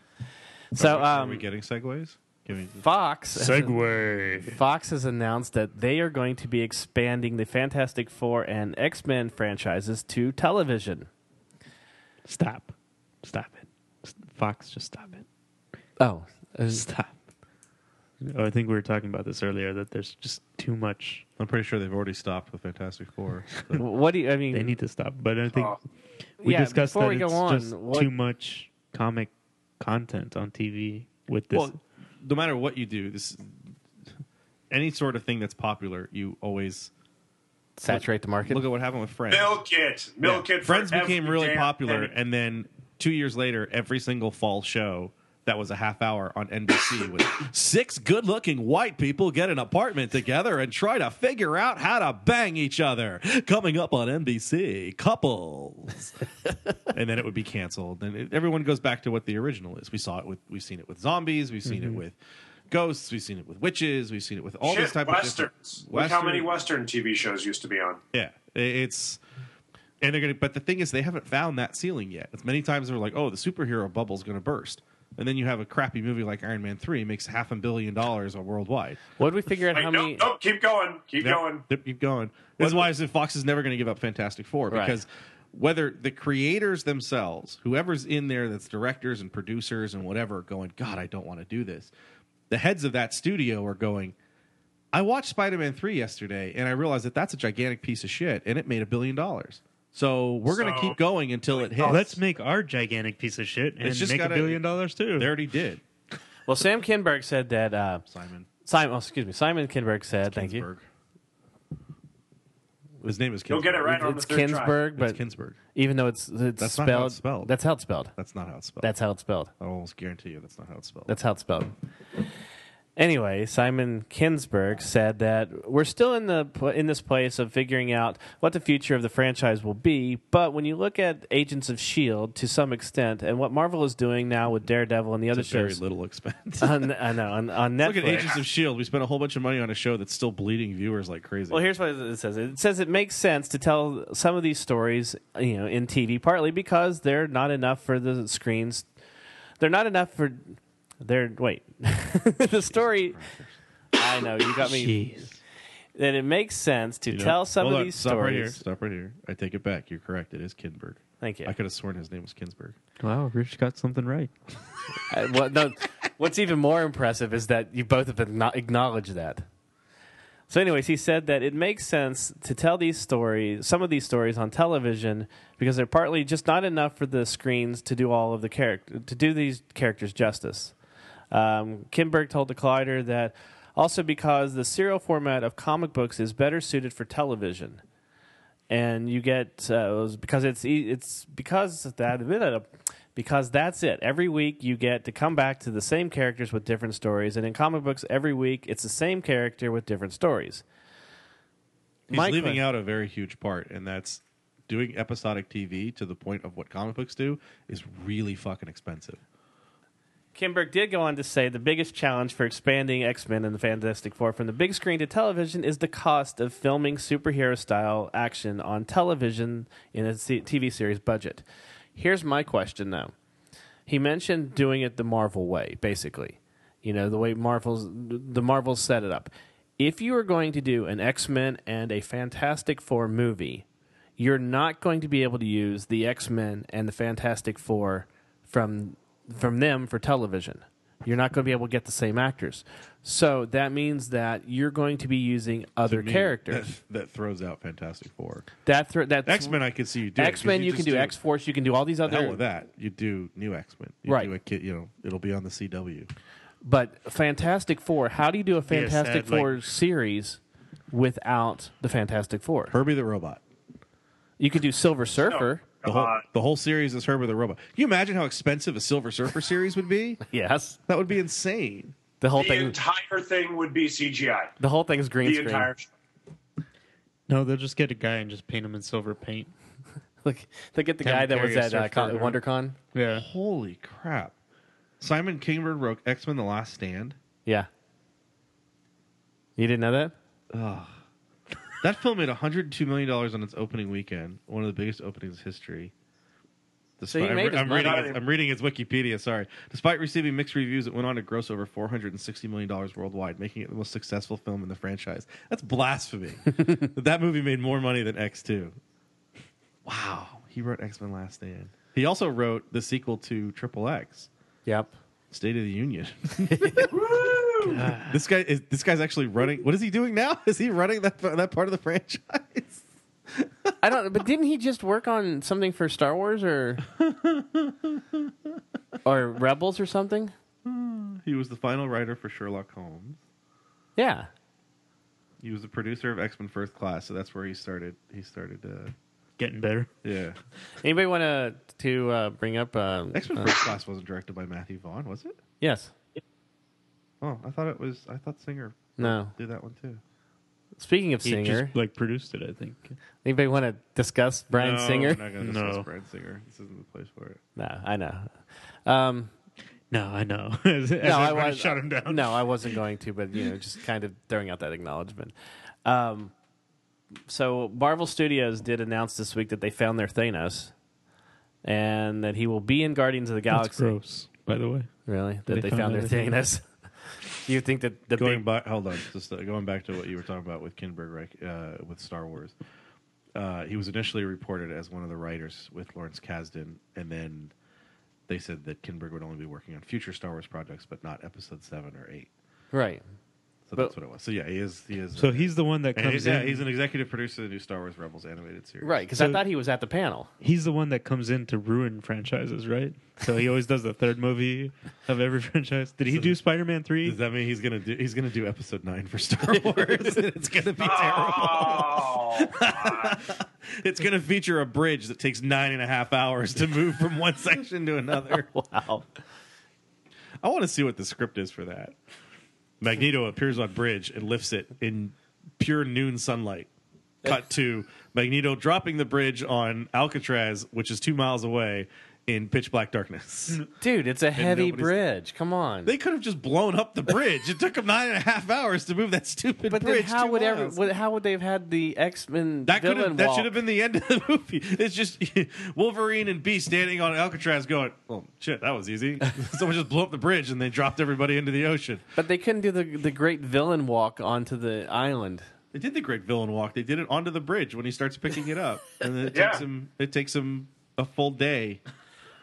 Speaker 4: So
Speaker 6: Are we
Speaker 4: um,
Speaker 6: getting segues? Can we-
Speaker 4: Fox
Speaker 5: Segway.
Speaker 4: Fox has announced that they are going to be expanding the Fantastic Four and X Men franchises to television.
Speaker 5: Stop. Stop it. S- Fox, just stop it.
Speaker 4: Oh,
Speaker 5: Stop. Oh, I think we were talking about this earlier that there's just too much.
Speaker 6: I'm pretty sure they've already stopped the Fantastic Four. So-
Speaker 4: what do you? I mean,
Speaker 5: They need to stop. But I think
Speaker 2: Oh.
Speaker 5: we
Speaker 4: yeah,
Speaker 5: discussed
Speaker 4: before
Speaker 5: that
Speaker 4: we go
Speaker 5: it's
Speaker 4: on,
Speaker 5: just
Speaker 4: what-
Speaker 5: too much comic content on TV with this.
Speaker 6: well, no matter what you do, this any sort of thing that's popular, you always
Speaker 4: saturate the market.
Speaker 6: look at what happened with Friends.
Speaker 2: Milk it, milk
Speaker 6: Yeah.
Speaker 2: it. for
Speaker 6: Friends
Speaker 2: every
Speaker 6: became really
Speaker 2: damn
Speaker 6: popular,
Speaker 2: penny.
Speaker 6: and then two years later, every single fall show that was a half hour on NBC was six good looking white people get an apartment together and try to figure out how to bang each other. Coming up on NBC, couples. and then it would be canceled. And it, everyone goes back to what the original is. We saw it with, we've seen it with zombies, we've seen it with ghosts, we've seen it with witches, we've seen it with all
Speaker 2: Shit,
Speaker 6: this type of
Speaker 2: westerns.
Speaker 6: different-
Speaker 2: Look how many
Speaker 6: Western-
Speaker 2: Western TV shows used to be on.
Speaker 6: yeah, i- it's and they're gonna. But the thing is, they haven't found that ceiling yet. It's many times they're like, "Oh, the superhero bubble's gonna burst," and then you have a crappy movie like Iron Man three makes half a billion dollars worldwide.
Speaker 4: What did we figure out?
Speaker 2: Wait,
Speaker 4: how
Speaker 2: nope,
Speaker 4: many?
Speaker 2: nope, keep going, keep
Speaker 6: Yep,
Speaker 2: going.
Speaker 6: Yep, keep going. This is why I said Fox is never going to give up Fantastic Four
Speaker 4: Right.
Speaker 6: because whether the creators themselves, whoever's in there that's directors and producers and whatever, going, God, I don't want to do this. The heads of that studio are going, I watched Spider Man 3 yesterday and I realized that that's a gigantic piece of shit and it made a billion dollars. So we're going to
Speaker 2: So-
Speaker 6: keep going until it hits.
Speaker 5: Let's make our gigantic piece of shit and
Speaker 6: It's just
Speaker 5: make
Speaker 6: gotta-
Speaker 5: a billion dollars too.
Speaker 6: They already did,
Speaker 4: Well, Sam Kinberg said that uh,
Speaker 6: Simon.
Speaker 4: Simon. Oh, excuse me, Simon Kinberg said. Thank you.
Speaker 6: Ginsburg. His name is Kinsberg.
Speaker 2: You'll get it right on the
Speaker 4: It's
Speaker 2: third try.
Speaker 4: Kinsberg, but
Speaker 6: It's Kinsberg.
Speaker 4: even though it's it's
Speaker 6: That's not
Speaker 4: spelled,
Speaker 6: how it's spelled.
Speaker 4: that's how it's spelled.
Speaker 6: That's not how it's spelled.
Speaker 4: That's how it's spelled.
Speaker 6: I almost guarantee you that's not how it's spelled.
Speaker 4: That's how it's spelled. Anyway, Simon Kinsberg said that we're still in the pl- in this place of figuring out what the future of the franchise will be. But when you look at Agents of Shield E to some extent, and what Marvel is doing now with Daredevil and the other
Speaker 6: That's very
Speaker 4: shows,
Speaker 6: little expense.
Speaker 4: on, I know on, on Netflix.
Speaker 6: Look at Agents of Shield. E We spent a whole bunch of money on a show that's still bleeding viewers like crazy.
Speaker 4: Well, here's what it says. It says it makes sense to tell some of these stories, you know, in TV, partly because they're not enough for the screens. They're not enough for. They're wait, the story. I know you got me.
Speaker 5: Jeez.
Speaker 4: That it makes sense to
Speaker 6: You know?
Speaker 4: tell some
Speaker 6: Hold
Speaker 4: of
Speaker 6: on.
Speaker 4: these
Speaker 6: Stop Right here.
Speaker 4: stories.
Speaker 6: Stop right here. I take it back. You're correct. It is Kinberg.
Speaker 4: Thank you.
Speaker 6: I could have sworn his name was Kinsberg.
Speaker 5: Wow, Rich got something right.
Speaker 4: I- what, Uh, no, what's even more impressive is that you both have acknow- acknowledged that. So, anyways, he said that it makes sense to tell these stories, some of these stories on television, because they're partly just not enough for the screens to do all of the character to do these characters justice. Um, Kinberg told the Collider that also because the serial format of comic books is better suited for television and you get uh, it was because it's e- it's because that because that's it. Every week you get to come back to the same characters with different stories, and in comic books, every week it's the same character with different stories.
Speaker 6: He's
Speaker 4: Mike-
Speaker 6: leaving out a very huge part, and that's doing episodic TV to the point of what comic books do is really fucking expensive.
Speaker 4: Kimberg did go on to say the biggest challenge for expanding X Men and the Fantastic Four from the big screen to television is the cost of filming superhero style action on television in a se- TV series budget. Here's my question though. He mentioned doing it the Marvel way, basically. You know, the way Marvel's the Marvels set it up. If you are going to do an X Men and a Fantastic Four movie, you're not going to be able to use the X Men and the Fantastic Four from from them for television. You're not going to be able to get the same actors. So that means that you're going to be using other
Speaker 6: I mean,
Speaker 4: characters.
Speaker 6: that, that throws out Fantastic Four,
Speaker 4: That thro- that's
Speaker 6: X Men. I could see you doing
Speaker 4: X Men. You, can do X
Speaker 6: X.
Speaker 4: Force. You can do all these other.
Speaker 6: Hell with that. You do new X Men. You
Speaker 4: Right.
Speaker 6: Do a kid, you know, it'll be on the CW.
Speaker 4: But Fantastic Four. How do you do a
Speaker 5: sad,
Speaker 4: Fantastic
Speaker 5: like-
Speaker 4: Four series without the Fantastic Four?
Speaker 6: Herbie the Robot.
Speaker 4: You could do Silver Surfer.
Speaker 6: The
Speaker 2: Come
Speaker 6: whole,
Speaker 2: on.
Speaker 6: the whole series is Herbie the Robot. Can you imagine how expensive a Silver Surfer series would be?
Speaker 4: Yes,
Speaker 6: That would be insane.
Speaker 4: the whole
Speaker 2: The
Speaker 4: thing.
Speaker 2: entire thing would be CGI.
Speaker 4: the whole thing's green
Speaker 2: The
Speaker 4: screen.
Speaker 2: entire. show.
Speaker 5: No, they'll just get a guy and just paint him in silver paint.
Speaker 4: Look, they get the
Speaker 5: Tim
Speaker 4: guy that was
Speaker 5: Curry, a
Speaker 4: at uh,
Speaker 5: surfer,
Speaker 4: Con-
Speaker 5: right?
Speaker 4: WonderCon.
Speaker 5: Yeah.
Speaker 6: Holy crap. Simon Kingbird wrote X Men The Last Stand.
Speaker 4: Yeah. You didn't know that?
Speaker 6: That film made $102 million on its opening weekend, one of the biggest openings in history.
Speaker 4: So he
Speaker 6: Despite- I'm,
Speaker 4: made
Speaker 6: re-
Speaker 4: his
Speaker 6: I'm reading
Speaker 4: money.
Speaker 6: his, I'm reading his Wikipedia, sorry. Despite receiving mixed reviews, it went on to gross over $460 million worldwide, making it the most successful film in the franchise. That's blasphemy. that movie made more money than X2. Wow. He wrote X Men Last Stand. He also wrote the sequel to Triple X.
Speaker 4: Yep.
Speaker 6: State of the Union. this guy is this guy's actually running. What is he doing now? Is he running that that part of the franchise?
Speaker 4: I don't. But didn't he just work on something for Star Wars or or Rebels or something?
Speaker 6: He was the final writer for Sherlock Holmes.
Speaker 4: Yeah.
Speaker 6: He was the producer of X Men First Class, so that's where he started. He started. Uh,
Speaker 5: Getting better.
Speaker 6: yeah,
Speaker 4: Anybody want to to uh, bring up? Uh,
Speaker 6: X Men First Class wasn't directed by Matthew Vaughn, was it?
Speaker 4: yes.
Speaker 6: Oh, I thought it was. I thought Singer
Speaker 4: No.
Speaker 6: did that one too.
Speaker 4: Speaking of
Speaker 5: He
Speaker 4: Singer,
Speaker 5: just like produced it, I think.
Speaker 4: anybody want to discuss Brian
Speaker 6: no,
Speaker 4: Singer?
Speaker 6: We're not going to discuss
Speaker 5: No.
Speaker 6: Brian Singer. This isn't the place for it.
Speaker 4: No, I know. Um,
Speaker 5: No, I know. As- as
Speaker 4: I
Speaker 5: everybody
Speaker 4: was-
Speaker 5: shut him down.
Speaker 4: No, I wasn't going to, but you know, just kind of throwing out that acknowledgement. Um, so Marvel Studios did announce this week that they found their Thanos, and that he will be in Guardians of the
Speaker 5: That's
Speaker 4: Galaxy.
Speaker 5: gross. By the way,
Speaker 4: Really, that they,
Speaker 5: They
Speaker 4: found,
Speaker 5: found
Speaker 4: their
Speaker 5: everything.
Speaker 4: Thanos. you think that the
Speaker 6: going
Speaker 4: big
Speaker 6: back, hold on, just uh, going back to what you were talking about with Kinberg, right, uh, with Star Wars. uh, he was initially reported as one of the writers with Lawrence Kasdan, and then they said that Kinberg would only be working on future Star Wars projects, but not Episode Seven or Eight.
Speaker 4: Right.
Speaker 6: So
Speaker 4: But-
Speaker 6: that's what it was. So yeah, he is. He is. uh,
Speaker 5: So he's the one that
Speaker 6: and
Speaker 5: comes
Speaker 6: he's,
Speaker 5: in.
Speaker 6: yeah, he's an executive producer of the new Star Wars Rebels animated series.
Speaker 4: Right. Because I
Speaker 5: So-
Speaker 4: thought he was at the panel.
Speaker 5: He's the one that comes in to ruin franchises, right? So he always does the third movie of every franchise. Did he do Spider Man three?
Speaker 6: Does that mean he's gonna do? He's gonna do Episode Nine for Star Wars. and it's gonna be terrible.
Speaker 2: Oh,
Speaker 6: It's gonna feature a bridge that takes nine and a half hours to move from one section to another.
Speaker 4: Wow.
Speaker 6: I want to see what the script is for that. Magneto appears on bridge and lifts it in pure noon sunlight.
Speaker 4: Eh.
Speaker 6: Cut to Magneto dropping the bridge on Alcatraz, which is two miles away, in pitch black darkness.
Speaker 4: Dude, it's a heavy
Speaker 6: nobody's-
Speaker 4: bridge. Come on.
Speaker 6: they could have just blown up the bridge. It took them nine and a half hours to move that stupid
Speaker 4: but then
Speaker 6: bridge.
Speaker 4: how
Speaker 6: two
Speaker 4: would every,
Speaker 6: miles.
Speaker 4: would- how would they have had the X Men
Speaker 6: that could
Speaker 4: villain
Speaker 6: have, that
Speaker 4: walk?
Speaker 6: should have been the end of the movie. It's just Wolverine and Beast standing on Alcatraz, going, "Well, shit, that was easy." Someone just blew up the bridge and they dropped everybody into the ocean.
Speaker 4: But they couldn't do the the great villain walk onto the island.
Speaker 6: They did the great villain walk. They did it onto the bridge when he starts picking it up, and then it
Speaker 2: Yeah.
Speaker 6: takes him. It takes him a full day.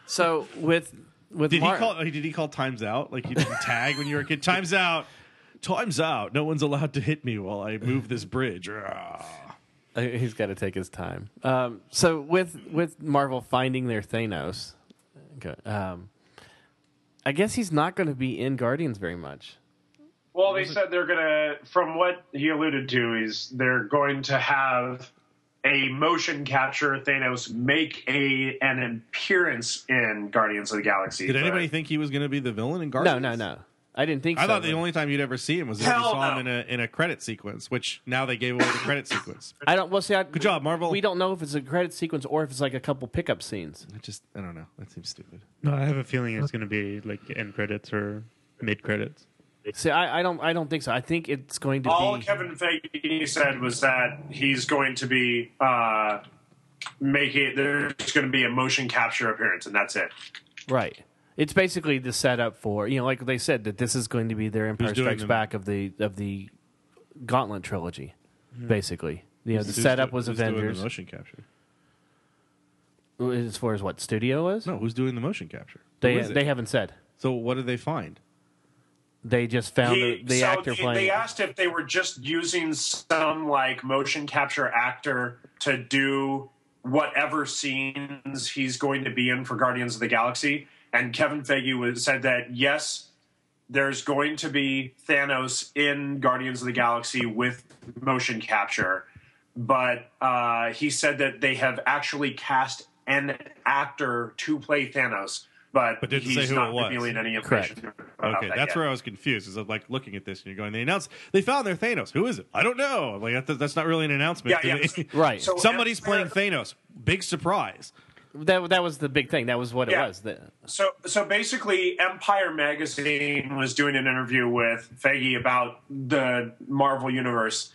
Speaker 4: So with with
Speaker 6: Did
Speaker 4: Mar-
Speaker 6: he call? Did he call times out? Like you didn't tag when you were a kid. Times out. Times out. No one's allowed to hit me while I move this bridge. Ah.
Speaker 4: Uh, He's got to take his time. Um, so with with Marvel finding their Thanos, okay, um, I guess he's not going to be in Guardians very much.
Speaker 2: Well, they said they're gonna. From what he alluded to, is they're going to have a motion capture Thanos make a an appearance in Guardians of the Galaxy.
Speaker 6: Did
Speaker 2: but-
Speaker 6: anybody think he was going to be the villain in
Speaker 4: No,
Speaker 6: Guardians?
Speaker 4: no, no. I didn't think.
Speaker 6: I
Speaker 4: so,
Speaker 6: thought the
Speaker 4: but-
Speaker 6: only time you'd ever see him was if you
Speaker 2: Hell
Speaker 6: saw him in
Speaker 2: no.
Speaker 6: a in a credit sequence, which now they gave away the credit sequence.
Speaker 4: I don't. Well, see, I,
Speaker 6: Good job, Marvel.
Speaker 4: We don't know if it's a credit sequence or if it's like a couple pickup scenes.
Speaker 6: I just I don't know. That seems stupid.
Speaker 5: No, I have a feeling it's going to be like end credits or mid credits.
Speaker 4: See, I, I don't. I don't think so. I think it's going to
Speaker 2: All
Speaker 4: be.
Speaker 2: Kevin Feige said was that he's going to be uh, making. There's going to be a motion capture appearance, and that's it.
Speaker 4: Right. It's basically the setup for you know, like they said that this is going to be their Empire
Speaker 6: doing
Speaker 4: Strikes
Speaker 6: them?
Speaker 4: Back of the of the Gauntlet trilogy, basically. You know, the
Speaker 6: Hmm. Who's
Speaker 4: setup
Speaker 6: do-
Speaker 4: was
Speaker 6: who's doing the
Speaker 4: Avengers.
Speaker 6: motion capture.
Speaker 4: As far as what studio was,
Speaker 6: No, who's doing the motion capture? Who
Speaker 4: they
Speaker 6: is it?
Speaker 4: they haven't said.
Speaker 6: So what did they find?
Speaker 4: They just found
Speaker 2: He-
Speaker 4: the, the
Speaker 2: so
Speaker 4: actor
Speaker 2: they,
Speaker 4: playing.
Speaker 2: They asked if they were just using some like motion capture actor to do whatever scenes he's going to be in for Guardians of the Galaxy, and Kevin Feige was, said that yes, there's going to be Thanos in Guardians of the Galaxy with motion capture, but uh, he said that they have actually cast an actor to play Thanos. But,
Speaker 6: But didn't
Speaker 2: he's
Speaker 6: say who
Speaker 2: not
Speaker 6: it was.
Speaker 2: revealing any
Speaker 4: Correct.
Speaker 2: information. about
Speaker 6: Okay,
Speaker 2: that
Speaker 6: that's
Speaker 2: yet.
Speaker 6: where I was confused. Is I'm like looking at this and you're going, they announced they found their Thanos. Who is it? I don't know. I'm Like that, that's not really an announcement.
Speaker 2: Yeah,
Speaker 6: to
Speaker 2: yeah.
Speaker 6: me.
Speaker 4: right.
Speaker 2: So-
Speaker 6: Somebody's playing Thanos. Big surprise.
Speaker 4: that that was the big thing. That was what
Speaker 2: Yeah.
Speaker 4: it was. The-
Speaker 2: So, so basically, Empire Magazine was doing an interview with Feige about the Marvel Universe,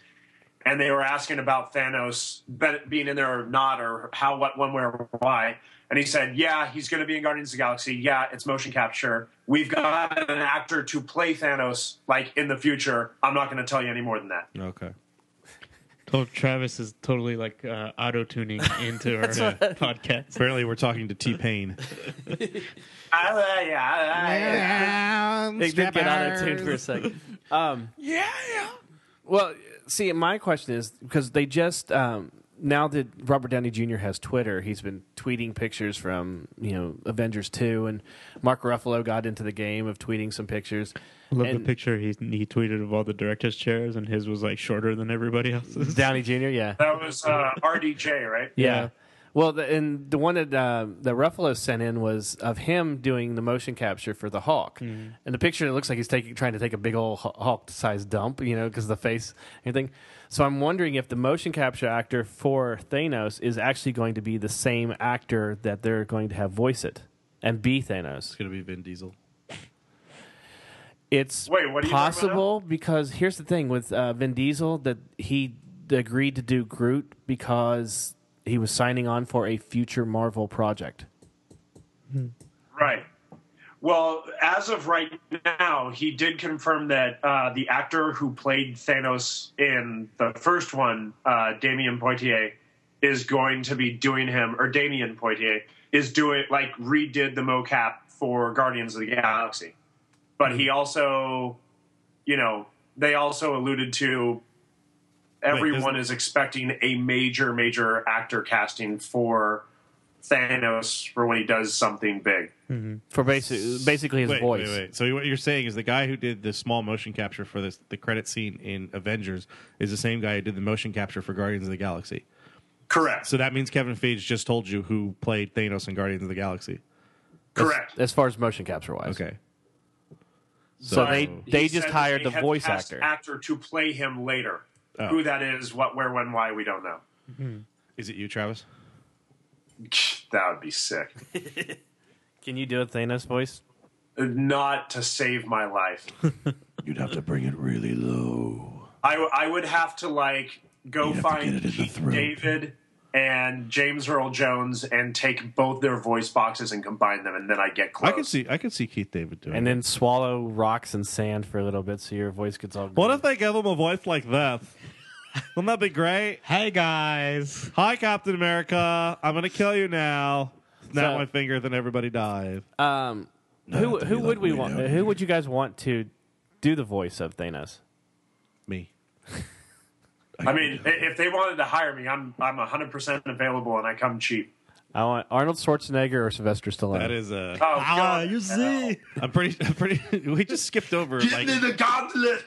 Speaker 2: and they were asking about Thanos be- being in there or not, or how, what, when, where, why. And he said, "Yeah, he's going to be in Guardians of the Galaxy. Yeah, it's motion capture. We've got an actor to play Thanos, like in the future. I'm not going to tell you any more than that."
Speaker 6: Okay.
Speaker 5: Oh, Travis is totally like uh, auto tuning into our uh, podcast.
Speaker 6: Apparently, we're talking to T Pain.
Speaker 2: Ah, yeah, ah, yeah. Um,
Speaker 4: They did get out of tune for a second. Um, yeah. Well, see, my question is because they just um, now that Robert Downey Jr. has Twitter, he's been tweeting pictures from you know Avengers two, and Mark Ruffalo got into the game of tweeting some pictures.
Speaker 5: Love
Speaker 4: and
Speaker 5: the picture he he tweeted of all the directors' chairs, and his was like shorter than everybody else's.
Speaker 4: Downey Jr. Yeah.
Speaker 2: That was uh, RDJ, right?
Speaker 4: Yeah.
Speaker 5: Yeah.
Speaker 4: Well, the, and the one that uh, that Ruffalo sent in was of him doing the motion capture for the Hawk, and the picture it looks like he's taking trying to take a big old Hawk-sized dump, you know, because the face and everything. So I'm wondering if the motion capture actor for Thanos is actually going to be the same actor that they're going to have voice it and be Thanos.
Speaker 6: It's going to be Vin Diesel.
Speaker 4: It's
Speaker 2: Wait, what are you talking about
Speaker 4: possible because here's the thing with uh, Vin Diesel that he agreed to do Groot because he was signing on for a future Marvel project.
Speaker 2: Right. Well, as of right now, he did confirm that uh, the actor who played Thanos in the first one, uh, Damien Poitier, is going to be doing him, or Damien Poitier is doing like redid the mocap for Guardians of the Galaxy, but he also, you know, they also alluded to everyone is expecting a major, major actor casting for Thanos for when he does something big.
Speaker 4: for basic, basically his
Speaker 6: wait,
Speaker 4: voice.
Speaker 6: Wait, wait. So what you're saying is the guy who did the small motion capture for this the credit scene in Avengers is the same guy who did the motion capture for Guardians of the Galaxy.
Speaker 2: Correct.
Speaker 6: So that means Kevin Feige just told you who played Thanos in Guardians of the Galaxy.
Speaker 2: Correct.
Speaker 4: As far as motion capture wise,
Speaker 6: Okay.
Speaker 4: So they they
Speaker 2: He
Speaker 4: just
Speaker 2: said
Speaker 4: hired
Speaker 2: they
Speaker 4: the
Speaker 2: have
Speaker 4: voice
Speaker 2: cast
Speaker 4: actor.
Speaker 2: actor to play him later. Who that is, what, where, when, why, we don't know.
Speaker 6: Is it you, Travis?
Speaker 2: That would be sick.
Speaker 4: Can you do a Thanos voice?
Speaker 2: Not to save my life.
Speaker 7: You'd have to bring it really low.
Speaker 2: I, w- I would have to like go
Speaker 7: You'd have to get
Speaker 2: find
Speaker 7: it in the
Speaker 2: Keith
Speaker 7: throat.
Speaker 2: David and James Earl Jones and take both their voice boxes and combine them, and then I get close.
Speaker 6: I could see I could see Keith David doing.
Speaker 4: And
Speaker 6: it.
Speaker 4: then swallow rocks and sand for a little bit so your voice gets all.
Speaker 6: what if they give him a voice like this? Wouldn't that be great?
Speaker 5: Hey guys.
Speaker 6: Hi, Captain America. I'm gonna kill you now. Snap
Speaker 4: So-
Speaker 6: my fingers and everybody dies.
Speaker 4: Um, who
Speaker 7: that'd
Speaker 4: who
Speaker 7: be
Speaker 4: would
Speaker 7: like
Speaker 4: we
Speaker 7: way
Speaker 4: want?
Speaker 7: down
Speaker 4: Who would you guys want to do the voice of Thanos?
Speaker 6: Me.
Speaker 2: I mean, i- if they wanted to hire me, I'm I'm 100 percent available, and I come cheap.
Speaker 4: I want Arnold Schwarzenegger or Sylvester Stallone.
Speaker 6: That is a.
Speaker 2: Oh,
Speaker 5: Ah,
Speaker 2: God.
Speaker 5: you see.
Speaker 6: I'm pretty. I'm pretty. We just skipped over. Like,
Speaker 2: the gauntlet.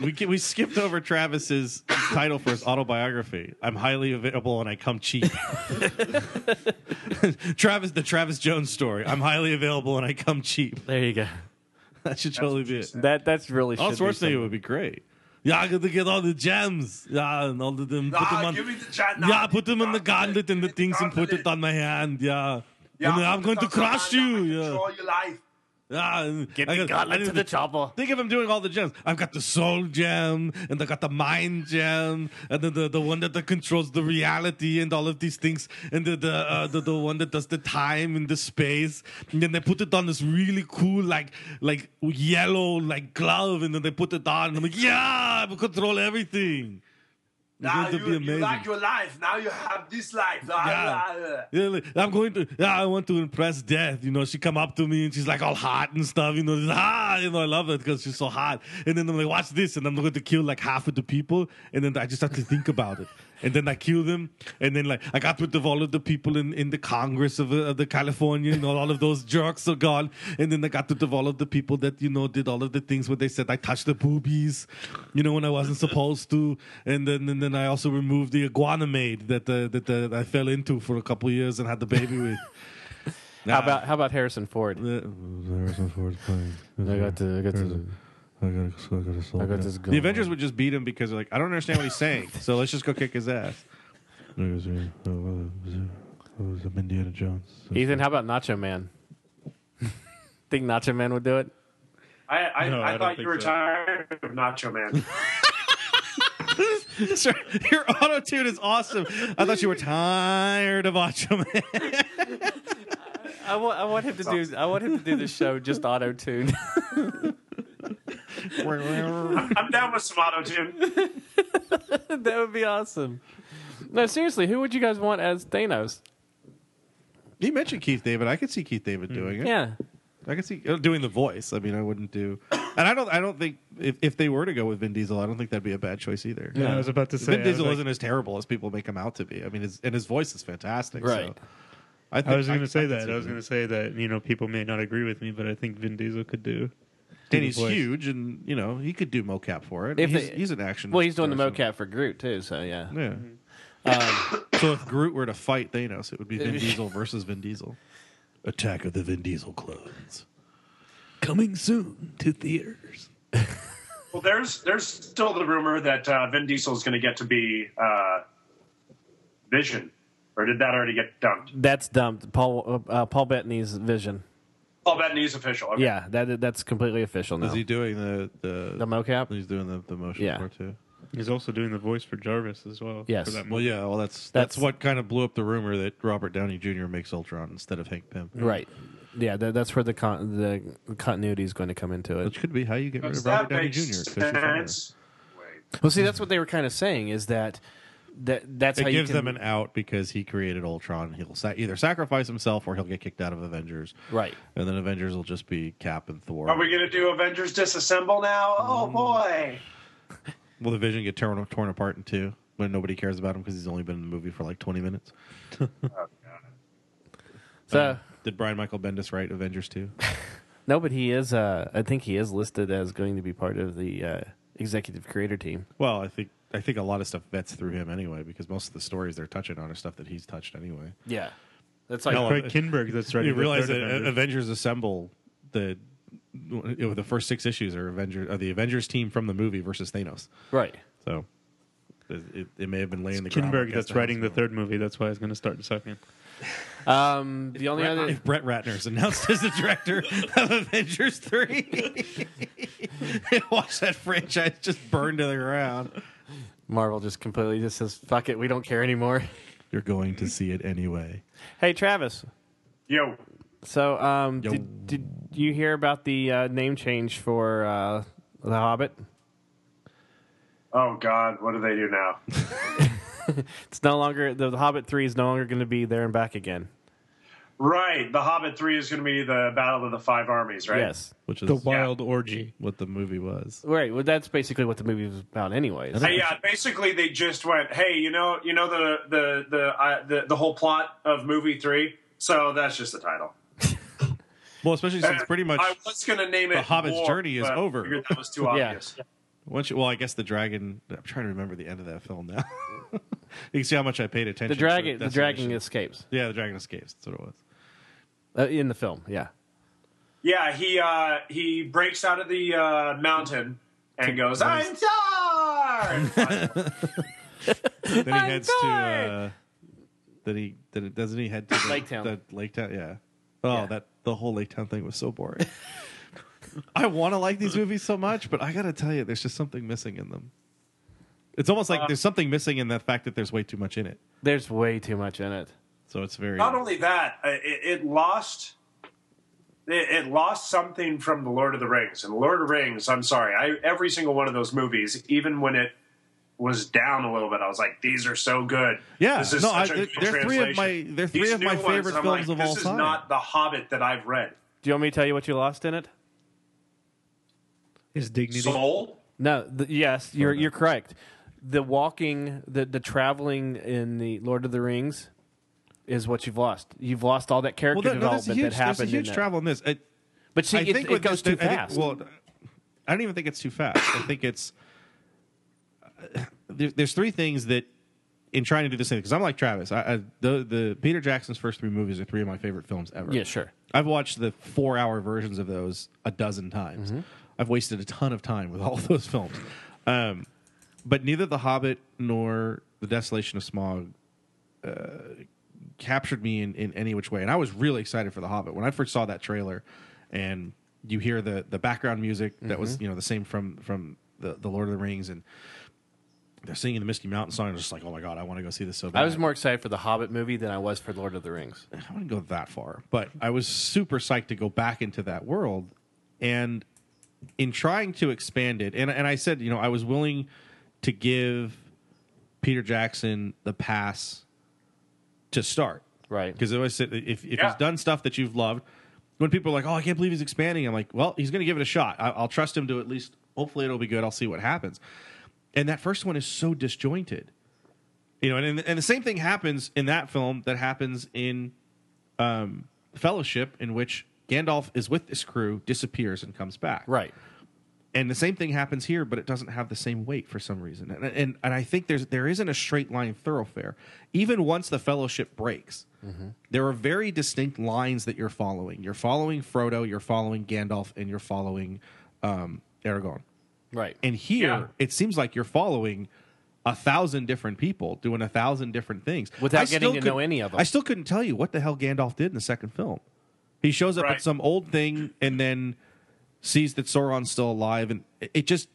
Speaker 6: we ki- we skipped over Travis's title for his autobiography. I'm highly available and I come cheap. Travis, the Travis Jones story. I'm highly available and I come cheap.
Speaker 4: there you go.
Speaker 6: That should totally be it.
Speaker 4: That that's really.
Speaker 6: All
Speaker 4: should be
Speaker 6: Schwarzenegger
Speaker 4: something.
Speaker 6: would be great. Yeah, I got to get all the gems. Yeah, and all of them. Put them on,
Speaker 2: Ah, the chat.
Speaker 6: yeah, put them in the gauntlet and the things and put it on my hand. Yeah. and I'm going to crush you. Yeah.
Speaker 2: your life.
Speaker 6: yeah. Ah, and
Speaker 4: Get
Speaker 6: I
Speaker 4: the
Speaker 6: got- I
Speaker 4: gauntlet
Speaker 6: need
Speaker 4: to the chopper.
Speaker 6: Think of him doing all the gems. I've got the soul gem, and I got the mind gem, and the, the, the one that, that controls the reality and all of these things, and the the, uh, the the one that does the time and the space. And then they put it on this really cool like like yellow like glove, and then they put it on. And I'm like, yeah, I will control everything. It's going to be amazing.
Speaker 2: your life. Now you have this life. Ah,
Speaker 6: Yeah. Yeah, like, I'm going to. Yeah, I want to impress death. You know, she come up to me and she's like all hot and stuff. You know, she's, ah, you know, I love it because she's so hot. And then I'm like, watch this, and I'm going to kill like half of the people, and then I just have to think about it. And then I kill them, and then like I got rid of all of the people in, in the Congress of, uh, of the California, you know, all of those jerks are gone. And then I got rid of all of the people that you know did all of the things where they said I touched the boobies, you know, when I wasn't supposed to. And then and then I also removed the iguana maid that uh, that uh, I fell into for a couple years and had the baby with.
Speaker 4: How about how about Harrison Ford?
Speaker 6: Uh,
Speaker 4: I got to, I got to, I got this.
Speaker 6: The Avengers would just beat him because they're like, I don't understand what he's saying, so let's just go kick his ass.
Speaker 7: Indiana Jones.
Speaker 4: Ethan, how about Nacho Man? Think Nacho Man would do it?
Speaker 2: I, ah. I,
Speaker 5: No, I
Speaker 2: I,
Speaker 5: don't
Speaker 2: thought you
Speaker 5: think
Speaker 2: were
Speaker 5: so.
Speaker 2: tired of Nacho Man.
Speaker 6: Sir, your auto tune is awesome. I thought you were tired of Macho Man.
Speaker 4: I want, I want him to do. I want him to do the show just auto tune.
Speaker 2: I'm down with some auto tune.
Speaker 4: that would be awesome. No, seriously, who would you guys want as Thanos?
Speaker 6: You mentioned Keith David. I could see Keith David doing it.
Speaker 4: Yeah,
Speaker 6: I could see uh, doing the voice. I mean, I wouldn't do, and I don't. I don't think if, if they were to go with Vin Diesel, I don't think that'd be a bad choice either.
Speaker 5: Yeah, I was about to say.
Speaker 6: Vin
Speaker 5: I was
Speaker 6: Diesel
Speaker 5: like-
Speaker 6: isn't as terrible as people make him out to be. I mean, his, and his voice is fantastic.
Speaker 4: Right.
Speaker 6: So I,
Speaker 5: I was going to say
Speaker 6: could
Speaker 5: that.
Speaker 6: see
Speaker 5: I was
Speaker 6: him.
Speaker 5: going to say that, you know, people may not agree with me, but I think Vin Diesel could do. do the
Speaker 6: And he's
Speaker 5: voice.
Speaker 6: huge, and you know he could do mocap for it.
Speaker 4: If
Speaker 6: he's,
Speaker 4: they-
Speaker 6: he's an action.
Speaker 4: Well, he's doing the
Speaker 6: person.
Speaker 4: mocap for Groot too, so yeah.
Speaker 6: Yeah.
Speaker 5: Mm-hmm.
Speaker 6: Um, so if Groot were to fight Thanos, it would be Vin Diesel versus Vin Diesel. Attack of the Vin Diesel clones. Coming soon to theaters.
Speaker 2: Well, there's there's still the rumor that uh, Vin Diesel is going to get to be uh, Vision, or did that already get dumped?
Speaker 4: That's dumped. Paul uh, Paul Bettany's vision.
Speaker 2: All that news official. Okay.
Speaker 4: Yeah, that that's completely official now.
Speaker 7: Is he doing the the?
Speaker 4: the mocap.
Speaker 7: he's doing the, the motion
Speaker 4: Yeah.
Speaker 7: for it too.
Speaker 5: He's also doing the voice for Jarvis as well.
Speaker 4: Yes.
Speaker 5: For that
Speaker 7: Well, yeah. Well, that's,
Speaker 4: That's-
Speaker 7: that's what kind of blew up the rumor that Robert Downey Jr. makes Ultron instead of Hank Pym,
Speaker 4: Right. Yeah, that, that's where the con- the continuity is going to come into it.
Speaker 7: which could be how you get rid
Speaker 2: Does
Speaker 7: of Robert
Speaker 2: that
Speaker 7: Downey
Speaker 2: make
Speaker 7: Jr. 'cause you're fired.
Speaker 2: sense? Wait.
Speaker 4: Mm-hmm. Well, see, that's what they were kind of saying is that
Speaker 8: that that's
Speaker 6: It
Speaker 8: how
Speaker 6: gives
Speaker 8: you can,
Speaker 6: them an out because he created Ultron. He'll sa- either sacrifice himself or he'll get kicked out of Avengers.
Speaker 8: right.
Speaker 4: uh,
Speaker 6: And then Avengers will just be Cap and Thor.
Speaker 2: Are we going to do Avengers Disassemble now? Oh boy.
Speaker 6: Will the Vision get torn torn apart in two when nobody cares about him because he's only been in the movie for like twenty minutes?
Speaker 8: So
Speaker 6: Did Brian Michael Bendis write Avengers two?
Speaker 4: No, but he is. Uh, I think he is listed as going to be part of the uh, executive creator team.
Speaker 6: well, I think I think a lot of stuff vets through him anyway because most of the stories they're touching on are stuff that he's touched anyway.
Speaker 8: yeah, that's like
Speaker 6: No,
Speaker 5: Craig Kinberg that's ready.
Speaker 6: you
Speaker 5: for
Speaker 6: realize
Speaker 5: third
Speaker 6: that
Speaker 5: Avengers.
Speaker 6: Avengers Assemble the the first six issues are Avengers are the Avengers team from the movie versus Thanos.
Speaker 8: right.
Speaker 6: So it, it, it may have been laying
Speaker 5: It's
Speaker 6: the groundwork
Speaker 5: Kinberg
Speaker 6: as
Speaker 5: that's
Speaker 6: to how
Speaker 5: writing the
Speaker 6: it's going.
Speaker 5: third movie. That's why it's going to start sucking.
Speaker 8: Um, the only other
Speaker 6: If Brett Ratner's announced as the director of Avengers three, watch that franchise just burn to the ground.
Speaker 8: Marvel just completely just says fuck it, we don't care anymore.
Speaker 6: You're going to see it anyway.
Speaker 4: Hey, Travis.
Speaker 2: Yo.
Speaker 4: So, um,
Speaker 6: Yo.
Speaker 4: did, did you hear about the uh, name change for uh, The Hobbit?
Speaker 2: Oh God, what do they do now?
Speaker 4: It's no longer the, the Hobbit Three is no longer going to be there and back again.
Speaker 2: Right, The Hobbit Three is going to be the Battle of the Five Armies, right?
Speaker 4: Yes,
Speaker 6: Which is
Speaker 5: The Wild Orgy.
Speaker 6: what the movie was.
Speaker 4: right. Well, that's basically what the movie was about, anyways.
Speaker 2: Uh, yeah, basically they just went, "Hey, you know, you know the the the uh, the, the whole plot of movie three, so that's just the title."
Speaker 6: Well, especially since pretty much
Speaker 2: I was going to name it
Speaker 6: The Hobbit's
Speaker 2: War,
Speaker 6: journey is
Speaker 2: but I
Speaker 6: over.
Speaker 2: figured That was too obvious.
Speaker 6: once you, well, I guess the dragon. I'm trying to remember the end of that film now. you can see how much I paid attention.
Speaker 4: The
Speaker 6: to
Speaker 4: dragon,
Speaker 6: it.
Speaker 4: the
Speaker 6: That's
Speaker 4: dragon
Speaker 6: mission.
Speaker 4: escapes
Speaker 6: Yeah, the dragon escapes. That's what it was.
Speaker 4: uh, in the film. Yeah,
Speaker 2: Yeah, he uh, he breaks out of the uh, mountain and goes, "I'm sorry."
Speaker 6: Then he heads to. Uh, then he then it- doesn't he head to the,
Speaker 4: Laketown.
Speaker 6: The Laketown, yeah. Oh, that the whole Laketown thing was so boring. I want to like these movies so much, but I gotta tell you, there's just something missing in them. It's almost
Speaker 4: Uh,
Speaker 6: like there's something missing in the fact that there's way too much in it.
Speaker 4: there's way too much in it.
Speaker 6: So it's very
Speaker 2: Not only that, uh, it, it lost. It, it lost something from the Lord of the Rings, and Lord of the Rings. I'm sorry, I every single one of those movies, even when it was down a little bit, I was like, "These are so good."
Speaker 6: Yeah,
Speaker 2: this is
Speaker 6: no,
Speaker 2: such
Speaker 6: I-
Speaker 2: a good
Speaker 6: they're three of my-
Speaker 2: translation.
Speaker 6: they're three
Speaker 2: These
Speaker 6: of my
Speaker 2: new ones,
Speaker 6: favorite
Speaker 2: I'm
Speaker 6: films
Speaker 2: like,
Speaker 6: of all
Speaker 2: This is
Speaker 6: time.
Speaker 2: not The Hobbit that I've read.
Speaker 4: Do you want me to tell you what you lost in it?
Speaker 5: His dignity.
Speaker 2: Soul.
Speaker 4: No, the, yes, you're you're correct. The walking, the the traveling in the Lord of the Rings is what you've lost. You've lost all that character
Speaker 6: well, that, no,
Speaker 4: development
Speaker 6: there's a huge,
Speaker 4: that
Speaker 6: there's a
Speaker 4: happened. in
Speaker 6: huge
Speaker 4: that.
Speaker 6: travel in this. It,
Speaker 4: But see,
Speaker 6: I
Speaker 4: it, it
Speaker 6: think with
Speaker 4: goes
Speaker 6: this-
Speaker 4: too
Speaker 6: I think-
Speaker 4: fast.
Speaker 6: well, I don't even think it's too fast. I think it's uh, there, there's three things that in trying to do this thing because I'm like Travis. I, I the the Peter Jackson's first three movies are three of my favorite films ever.
Speaker 4: Yeah, sure.
Speaker 6: I've watched the four hour versions of those a dozen times.
Speaker 4: Mm-hmm.
Speaker 6: I've wasted a ton of time with all of those films. Um, but neither The Hobbit nor The Desolation of Smog uh, captured me in, in any which way. And I was really excited for The Hobbit when I first saw that trailer, and you hear the the background music that
Speaker 4: Mm-hmm.
Speaker 6: was you know the same from from the the Lord of the Rings, and they're singing the Misty Mountain song. And I'm just like, oh my god, I want to go see this so bad.
Speaker 4: I was more excited for the Hobbit movie than I was for Lord of the Rings.
Speaker 6: I wouldn't go that far, but I was super psyched to go back into that world. And in trying to expand it, and, and I said, you know, I was willing to give Peter Jackson the pass to start.
Speaker 4: Right.
Speaker 6: Because always said if, if
Speaker 2: Yeah.
Speaker 6: he's done stuff that you've loved, when people are like, oh, I can't believe he's expanding, I'm like, well, he's going to give it a shot. I, I'll trust him to at least, hopefully, it'll be good. I'll see what happens. And that first one is so disjointed. You know, and, and the same thing happens in that film that happens in um, fellowship in which Gandalf is with this crew, disappears, and comes back.
Speaker 4: Right.
Speaker 6: And the same thing happens here, but it doesn't have the same weight for some reason. And and, and I think there's there isn't a straight line thoroughfare. Even once the fellowship breaks, there are very distinct lines that you're following. You're following Frodo, you're following Gandalf, and you're following um, Aragorn.
Speaker 4: Right.
Speaker 6: And here,
Speaker 2: Yeah.
Speaker 6: it seems like you're following a thousand different people doing a thousand different things
Speaker 4: Without
Speaker 6: still
Speaker 4: getting to
Speaker 6: couldn't-
Speaker 4: know any of 'em.
Speaker 6: I still couldn't tell you what the hell Gandalf did in the second film. He shows up
Speaker 2: Right.
Speaker 6: at some old thing and then sees that Sauron's still alive, and it- it just.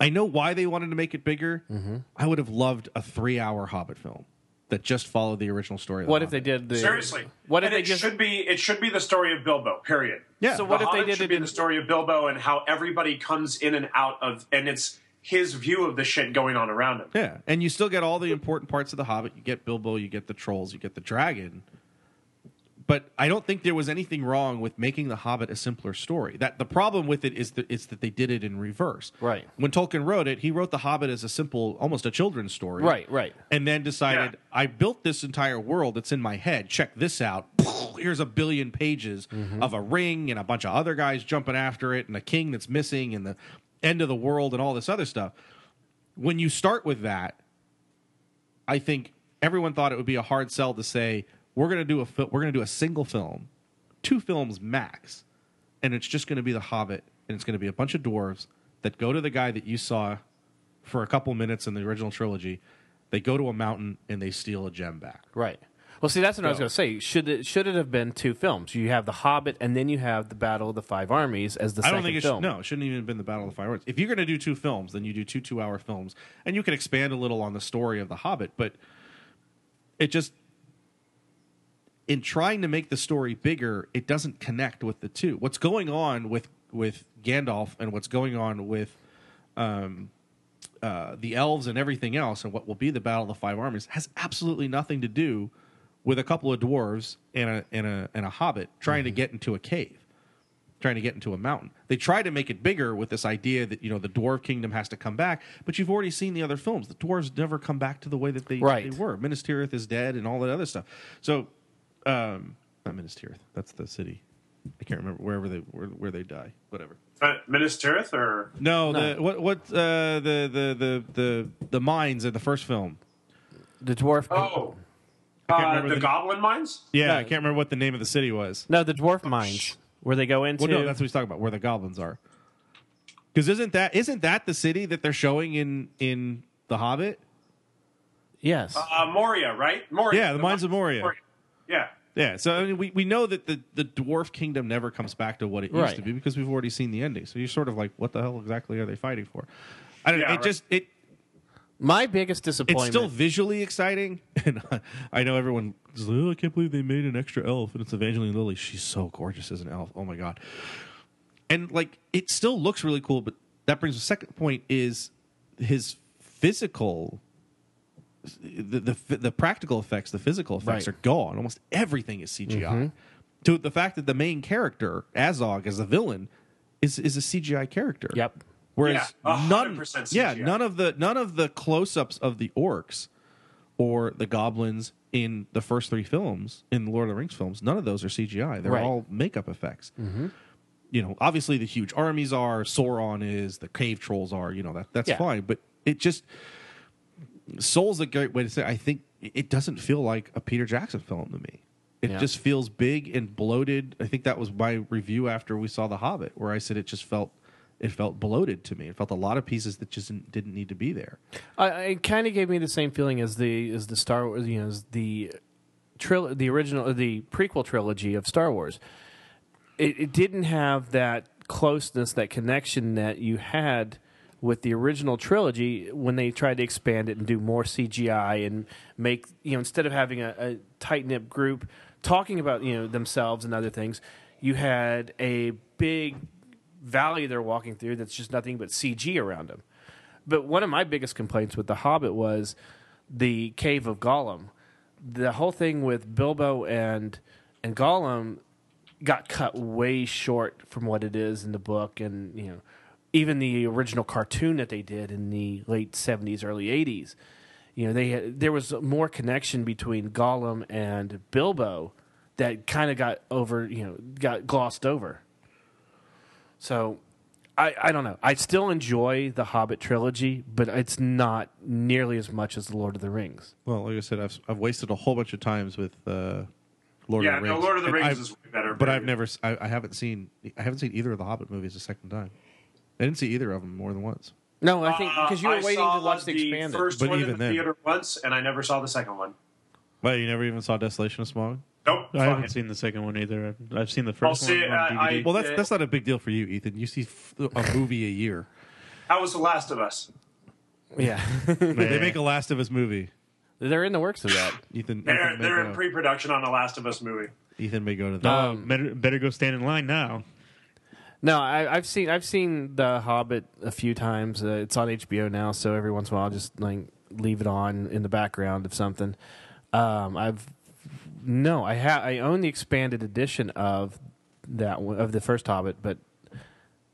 Speaker 6: I know why they wanted to make it bigger.
Speaker 4: Mm-hmm.
Speaker 6: I would have loved a three-hour Hobbit film that just followed the original story. of the
Speaker 4: what if they
Speaker 6: Hobbit.
Speaker 4: did the
Speaker 2: Seriously,
Speaker 4: What if
Speaker 2: And
Speaker 4: they
Speaker 2: it
Speaker 4: just
Speaker 2: should be? It should be the story of Bilbo. Period.
Speaker 6: Yeah.
Speaker 4: So what
Speaker 2: the
Speaker 4: if they
Speaker 2: Hobbit
Speaker 4: did
Speaker 2: should
Speaker 4: it
Speaker 2: be
Speaker 4: in-
Speaker 2: the story of Bilbo and how everybody comes in and out of, and it's his view of the shit going on around him.
Speaker 6: Yeah, and you still get all the important parts of the Hobbit. You get Bilbo, you get the trolls, you get the dragon. But I don't think there was anything wrong with making the Hobbit a simpler story. That the problem with it is that is that they did it in reverse.
Speaker 4: Right.
Speaker 6: When Tolkien wrote it, he wrote the Hobbit as a simple, almost a children's story.
Speaker 4: Right, right.
Speaker 6: And then decided
Speaker 2: Yeah.
Speaker 6: I built this entire world that's in my head. Check this out. Here's a billion pages of a ring and a bunch of other guys jumping after it and a king that's missing and the end of the world and all this other stuff. When you start with that, I think everyone thought it would be a hard sell to say we're going to do a fil- we're going to do a single film, two films max, and it's just going to be The Hobbit, and it's going to be a bunch of dwarves that go to the guy that you saw for a couple minutes in the original trilogy. They go to a mountain and they steal a gem back.
Speaker 4: Right. Well, see, that's what I was going to say. Should it should it have been two films? You have the Hobbit, and then you have the Battle of the Five Armies as the
Speaker 6: I
Speaker 4: second
Speaker 6: don't think it
Speaker 4: film.
Speaker 6: should. No, it shouldn't even have been the Battle of the Five Armies. If you're going to do two films, then you do two two-hour films, and you can expand a little on the story of the Hobbit. But it just, in trying to make the story bigger, it doesn't connect with the two. What's going on with with Gandalf and what's going on with um, uh, the elves and everything else, and what will be the Battle of the Five Armies, has absolutely nothing to do with a couple of dwarves and a and a and a hobbit trying to get into a cave trying to get into a mountain. They try to make it bigger with this idea that you know the dwarf kingdom has to come back, but you've already seen the other films. The dwarves never come back to the way that they,
Speaker 4: Right.
Speaker 6: they were. Minas Tirith is dead and all that other stuff. So, um, not Minas Tirith. That's the city. I can't remember wherever they where, where they die. Whatever.
Speaker 2: Uh, Minas Tirith, or
Speaker 6: No, The, what what uh, the the the the the mines in the first film.
Speaker 4: The dwarf.
Speaker 2: oh,
Speaker 6: can't
Speaker 2: uh,
Speaker 6: remember
Speaker 2: the,
Speaker 6: Uh, the-
Speaker 2: Goblin Mines.
Speaker 6: Yeah, I can't remember what the name of the city was.
Speaker 4: No, the dwarf mines where they go into.
Speaker 6: Well, no, that's what he's talking about. Where the goblins are. Because isn't that isn't that the city that they're showing in in The Hobbit?
Speaker 4: yes.
Speaker 2: Uh, Moria, right? Moria.
Speaker 6: Yeah, the Mines of Moria.
Speaker 2: Yeah.
Speaker 6: Yeah, so I mean, we, we know that the, the dwarf kingdom never comes back to what it used
Speaker 4: Right.
Speaker 6: to be because we've already seen the ending. So you're sort of like, what the hell exactly are they fighting for? I don't know.
Speaker 2: Yeah,
Speaker 6: It
Speaker 2: right.
Speaker 6: just it
Speaker 4: My biggest
Speaker 6: it's
Speaker 4: disappointment.
Speaker 6: still visually exciting, and I, I know everyone. is like, "Oh, I can't believe they made an extra elf, and it's Evangeline Lilly. She's so gorgeous as an elf. Oh my god! And like, it still looks really cool. But that brings the second point: is his physical, the the, the practical effects, the physical effects
Speaker 4: Right.
Speaker 6: are gone. Almost everything is CGI. To the fact that the main character Azog as a villain is is a CGI character.
Speaker 4: Yep.
Speaker 6: Whereas
Speaker 2: Yeah, a hundred
Speaker 6: none,
Speaker 2: percent
Speaker 6: yeah,
Speaker 2: CGI.
Speaker 6: none of the none of the close-ups of the orcs or the goblins in the first three films in the Lord of the Rings films, none of those are CGI. They're
Speaker 4: Right.
Speaker 6: all makeup effects. You know, obviously the huge armies are, Sauron is, the cave trolls are. You know that that's
Speaker 4: Yeah.
Speaker 6: fine, but it just Soul's a great way to say. I think it doesn't feel like a Peter Jackson film to me. It
Speaker 4: Yeah.
Speaker 6: just feels big and bloated. I think that was my review after we saw The Hobbit, where I said it just felt it felt bloated to me. It felt a lot of pieces that just didn't, didn't need to be there.
Speaker 4: I, it kind of gave me the same feeling as the as the Star Wars, you know, as the tril- the original the prequel trilogy of Star Wars. It, it didn't have that closeness, that connection that you had with the original trilogy when they tried to expand it and do more CGI and make you know instead of having a, a tight knit group talking about you know themselves and other things, you had a big valley they're walking through that's just nothing but CG around them. But one of my biggest complaints with The Hobbit was the Cave of Gollum. The whole thing with Bilbo and and Gollum got cut way short from what it is in the book, and you know, even the original cartoon that they did in the late seventies, early eighties. You know, they had, there was more connection between Gollum and Bilbo that kind of got over, you know, got glossed over. So I, I don't know. I still enjoy the Hobbit trilogy, but it's not nearly as much as the Lord of the Rings.
Speaker 6: Well, like I said, I've I've wasted a whole bunch of times with uh, Lord
Speaker 2: Yeah,
Speaker 6: of the Rings.
Speaker 2: no, Lord of the
Speaker 6: and
Speaker 2: Rings
Speaker 6: I've-
Speaker 2: is way better.
Speaker 6: but I've never s- I, I haven't seen I haven't seen either of the Hobbit movies a second time. I didn't see either of them more than once.
Speaker 4: No, I think because you were
Speaker 2: Uh, I
Speaker 4: waiting
Speaker 2: saw
Speaker 4: to watch the expanded.
Speaker 2: first
Speaker 6: But
Speaker 2: one
Speaker 6: even
Speaker 2: in the
Speaker 6: then-
Speaker 2: theater once, and I never saw the second one.
Speaker 6: But you never even saw Desolation of Smog.
Speaker 2: Nope.
Speaker 5: I haven't
Speaker 2: fuck it.
Speaker 5: seen the second one either. I've, I've seen the 1st
Speaker 2: I'll
Speaker 5: one
Speaker 2: see,
Speaker 5: on
Speaker 2: uh, I-
Speaker 5: DVD.
Speaker 6: Well, that's
Speaker 2: Yeah.
Speaker 6: that's not a big deal for you, Ethan. You see f- a movie a year.
Speaker 2: That was The Last of Us.
Speaker 4: Yeah,
Speaker 6: They make a Last of Us movie.
Speaker 4: they're in the works of that.
Speaker 6: Ethan,
Speaker 2: They're,
Speaker 6: Ethan, may
Speaker 2: they're in
Speaker 6: go.
Speaker 2: pre-production on The Last of Us movie.
Speaker 6: Ethan may go to that.
Speaker 5: Oh, better, better go stand in line now.
Speaker 4: Um, No, I, I've seen I've seen The Hobbit a few times. Uh, it's on HBO now, so every once in a while, I'll just like leave it on in the background of something. Um, I've no, I ha- I own the expanded edition of that one, of the first Hobbit, but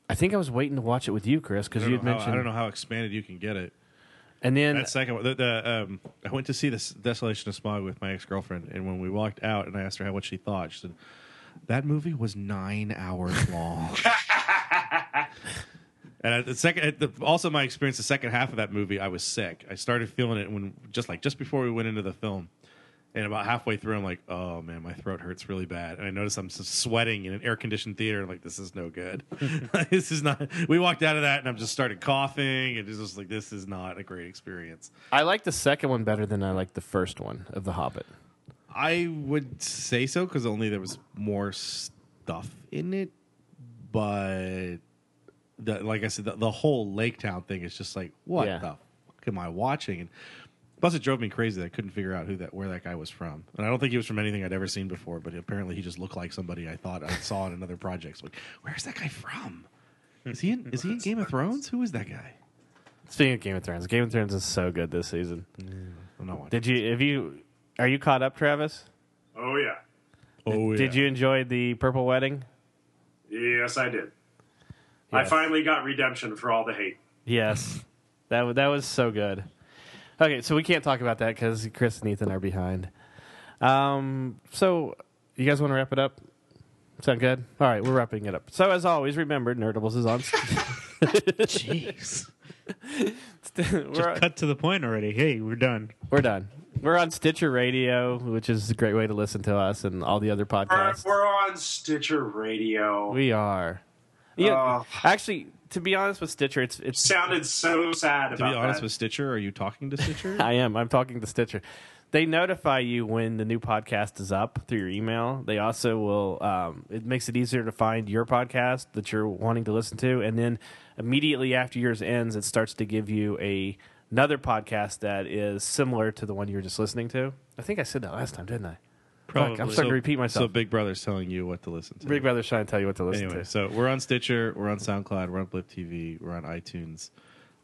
Speaker 4: I think I was waiting to watch it with you, Chris, because
Speaker 6: I
Speaker 4: you
Speaker 6: don't,
Speaker 4: had
Speaker 6: know how,
Speaker 4: mentioned.
Speaker 6: I don't know how expanded you can get it.
Speaker 4: And then
Speaker 6: That second one, the, the, um, I went to see this Desolation of Smog with my ex girlfriend, and when we walked out, and I asked her how what she thought, she said that movie was nine hours long. and at the second, at the, also my experience the second half of that movie, I was sick. I started feeling it when just like just before we went into the film, and about halfway through, I'm like, oh man, my throat hurts really bad, and I notice I'm s- sweating in an air conditioned theater. I'm like, this is no good. this is not. We walked out of that, and I'm just started coughing, and it's just like this is not a great experience.
Speaker 4: I like the second one better than I like the first one of The Hobbit.
Speaker 6: I would say so because only there was more stuff in it, but the, like I said, the, the whole Lake Town thing is just like, what
Speaker 4: Yeah.
Speaker 6: the fuck am I watching? And plus, it drove me crazy that I couldn't figure out who that where that guy was from, and I don't think he was from anything I'd ever seen before. But apparently, he just looked like somebody I thought I saw in another project. So like, where's that guy from? Is he in, is he in Game of Thrones? Who is that guy?
Speaker 4: Speaking of Game of Thrones, Game of Thrones is so good this season.
Speaker 6: I'm not watching.
Speaker 4: Did you? Have you? Are you caught up, Travis?
Speaker 2: Oh yeah,
Speaker 6: oh,
Speaker 4: Did you enjoy the Purple Wedding?
Speaker 2: yes I did. I
Speaker 4: Yes.
Speaker 2: finally got redemption for all the hate.
Speaker 4: Yes, that wa- that was so good. Okay, so we can't talk about that because Chris and Ethan are behind. Um, so you guys want to wrap it up? Sound good? All right, we're wrapping it up. So as always, remember, Nerdables is on.
Speaker 5: Jeez.
Speaker 4: we're,
Speaker 5: Cut to the point already. Hey, we're done.
Speaker 4: we're done. We're on Stitcher Radio, which is a great way to listen to us and all the other
Speaker 2: We're,
Speaker 4: podcasts.
Speaker 2: we're on Stitcher Radio.
Speaker 4: We are. Yeah,
Speaker 2: Oh.
Speaker 4: actually, to be honest with Stitcher, it's it's
Speaker 2: Sounded so sad
Speaker 6: To
Speaker 2: about
Speaker 6: be honest
Speaker 2: that.
Speaker 6: with Stitcher, are you talking to Stitcher?
Speaker 4: I am. I'm talking to Stitcher. They notify you when the new podcast is up through your email. They also will. Um, it makes it easier to find your podcast that you're wanting to listen to, and then immediately after yours ends, it starts to give you a another podcast that is similar to the one you were just listening to. I think I said that last time, didn't I?
Speaker 5: Probably.
Speaker 4: I'm starting to repeat
Speaker 6: So
Speaker 4: myself.
Speaker 6: Big Brother's telling you what to listen to.
Speaker 4: Big Brother's trying to tell you what to listen
Speaker 6: Anyway,
Speaker 4: to.
Speaker 6: so we're on Stitcher, we're on SoundCloud, we're on Blip TV, we're on iTunes.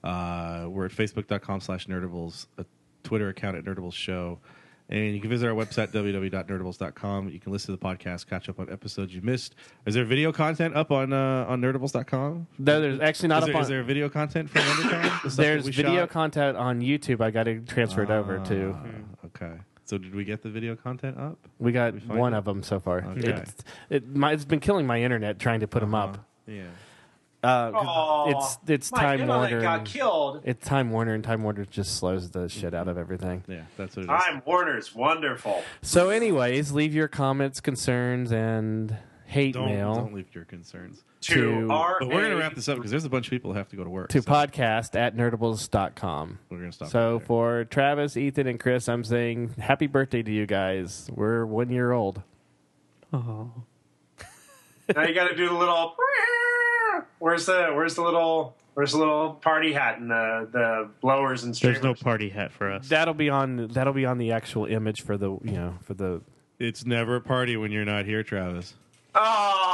Speaker 6: Uh, we're at facebook.com slash nerdables, a Twitter account at nerdables show. And you can visit our website, www.nerdables.com. You can listen to the podcast, catch up on episodes you missed. Is there video content up on uh, on nerdables.com?
Speaker 4: No, there's actually not
Speaker 6: Is
Speaker 4: up
Speaker 6: there,
Speaker 4: on.
Speaker 6: is there video content for WonderCon? The stuff that
Speaker 4: there's
Speaker 6: we
Speaker 4: video
Speaker 6: shot?
Speaker 4: content on YouTube. I got to transfer it over to.
Speaker 6: Ah, Okay. So did we get the video content up?
Speaker 4: We got
Speaker 6: We find
Speaker 4: one
Speaker 6: it?
Speaker 4: of them so far.
Speaker 6: Okay.
Speaker 4: It's, it, my, it's been killing my internet trying to put them up.
Speaker 6: Yeah. Uh-huh.
Speaker 4: Uh, 'cause
Speaker 2: Oh,
Speaker 4: it's it's
Speaker 2: my
Speaker 4: Time
Speaker 2: internet
Speaker 4: Warner.
Speaker 2: got killed.
Speaker 4: It's Time Warner, and Time Warner just slows the shit out of everything.
Speaker 6: Yeah, that's what it is.
Speaker 2: Time Warner's wonderful.
Speaker 4: So, anyways, leave your comments, concerns, and hate
Speaker 6: don't,
Speaker 4: mail
Speaker 6: don't leave your concerns.
Speaker 2: To,
Speaker 4: To-
Speaker 2: our
Speaker 6: But we're going to wrap this up because there's a bunch of people who have to go to work.
Speaker 4: to
Speaker 6: so
Speaker 4: podcast at nerdables.com.
Speaker 6: We're going to stop.
Speaker 4: So,
Speaker 6: right there.
Speaker 4: for Travis, Ethan, and Chris, I'm saying happy birthday to you guys. We're one year old.
Speaker 5: Oh.
Speaker 2: now you got to do the little. Where's the Where's the little Where's the little party hat and the the blowers and streamers?
Speaker 5: There's no party hat for us.
Speaker 4: That'll be on. That'll be on the actual image for the you know for the
Speaker 6: It's never a party when you're not here, Travis.
Speaker 2: oh,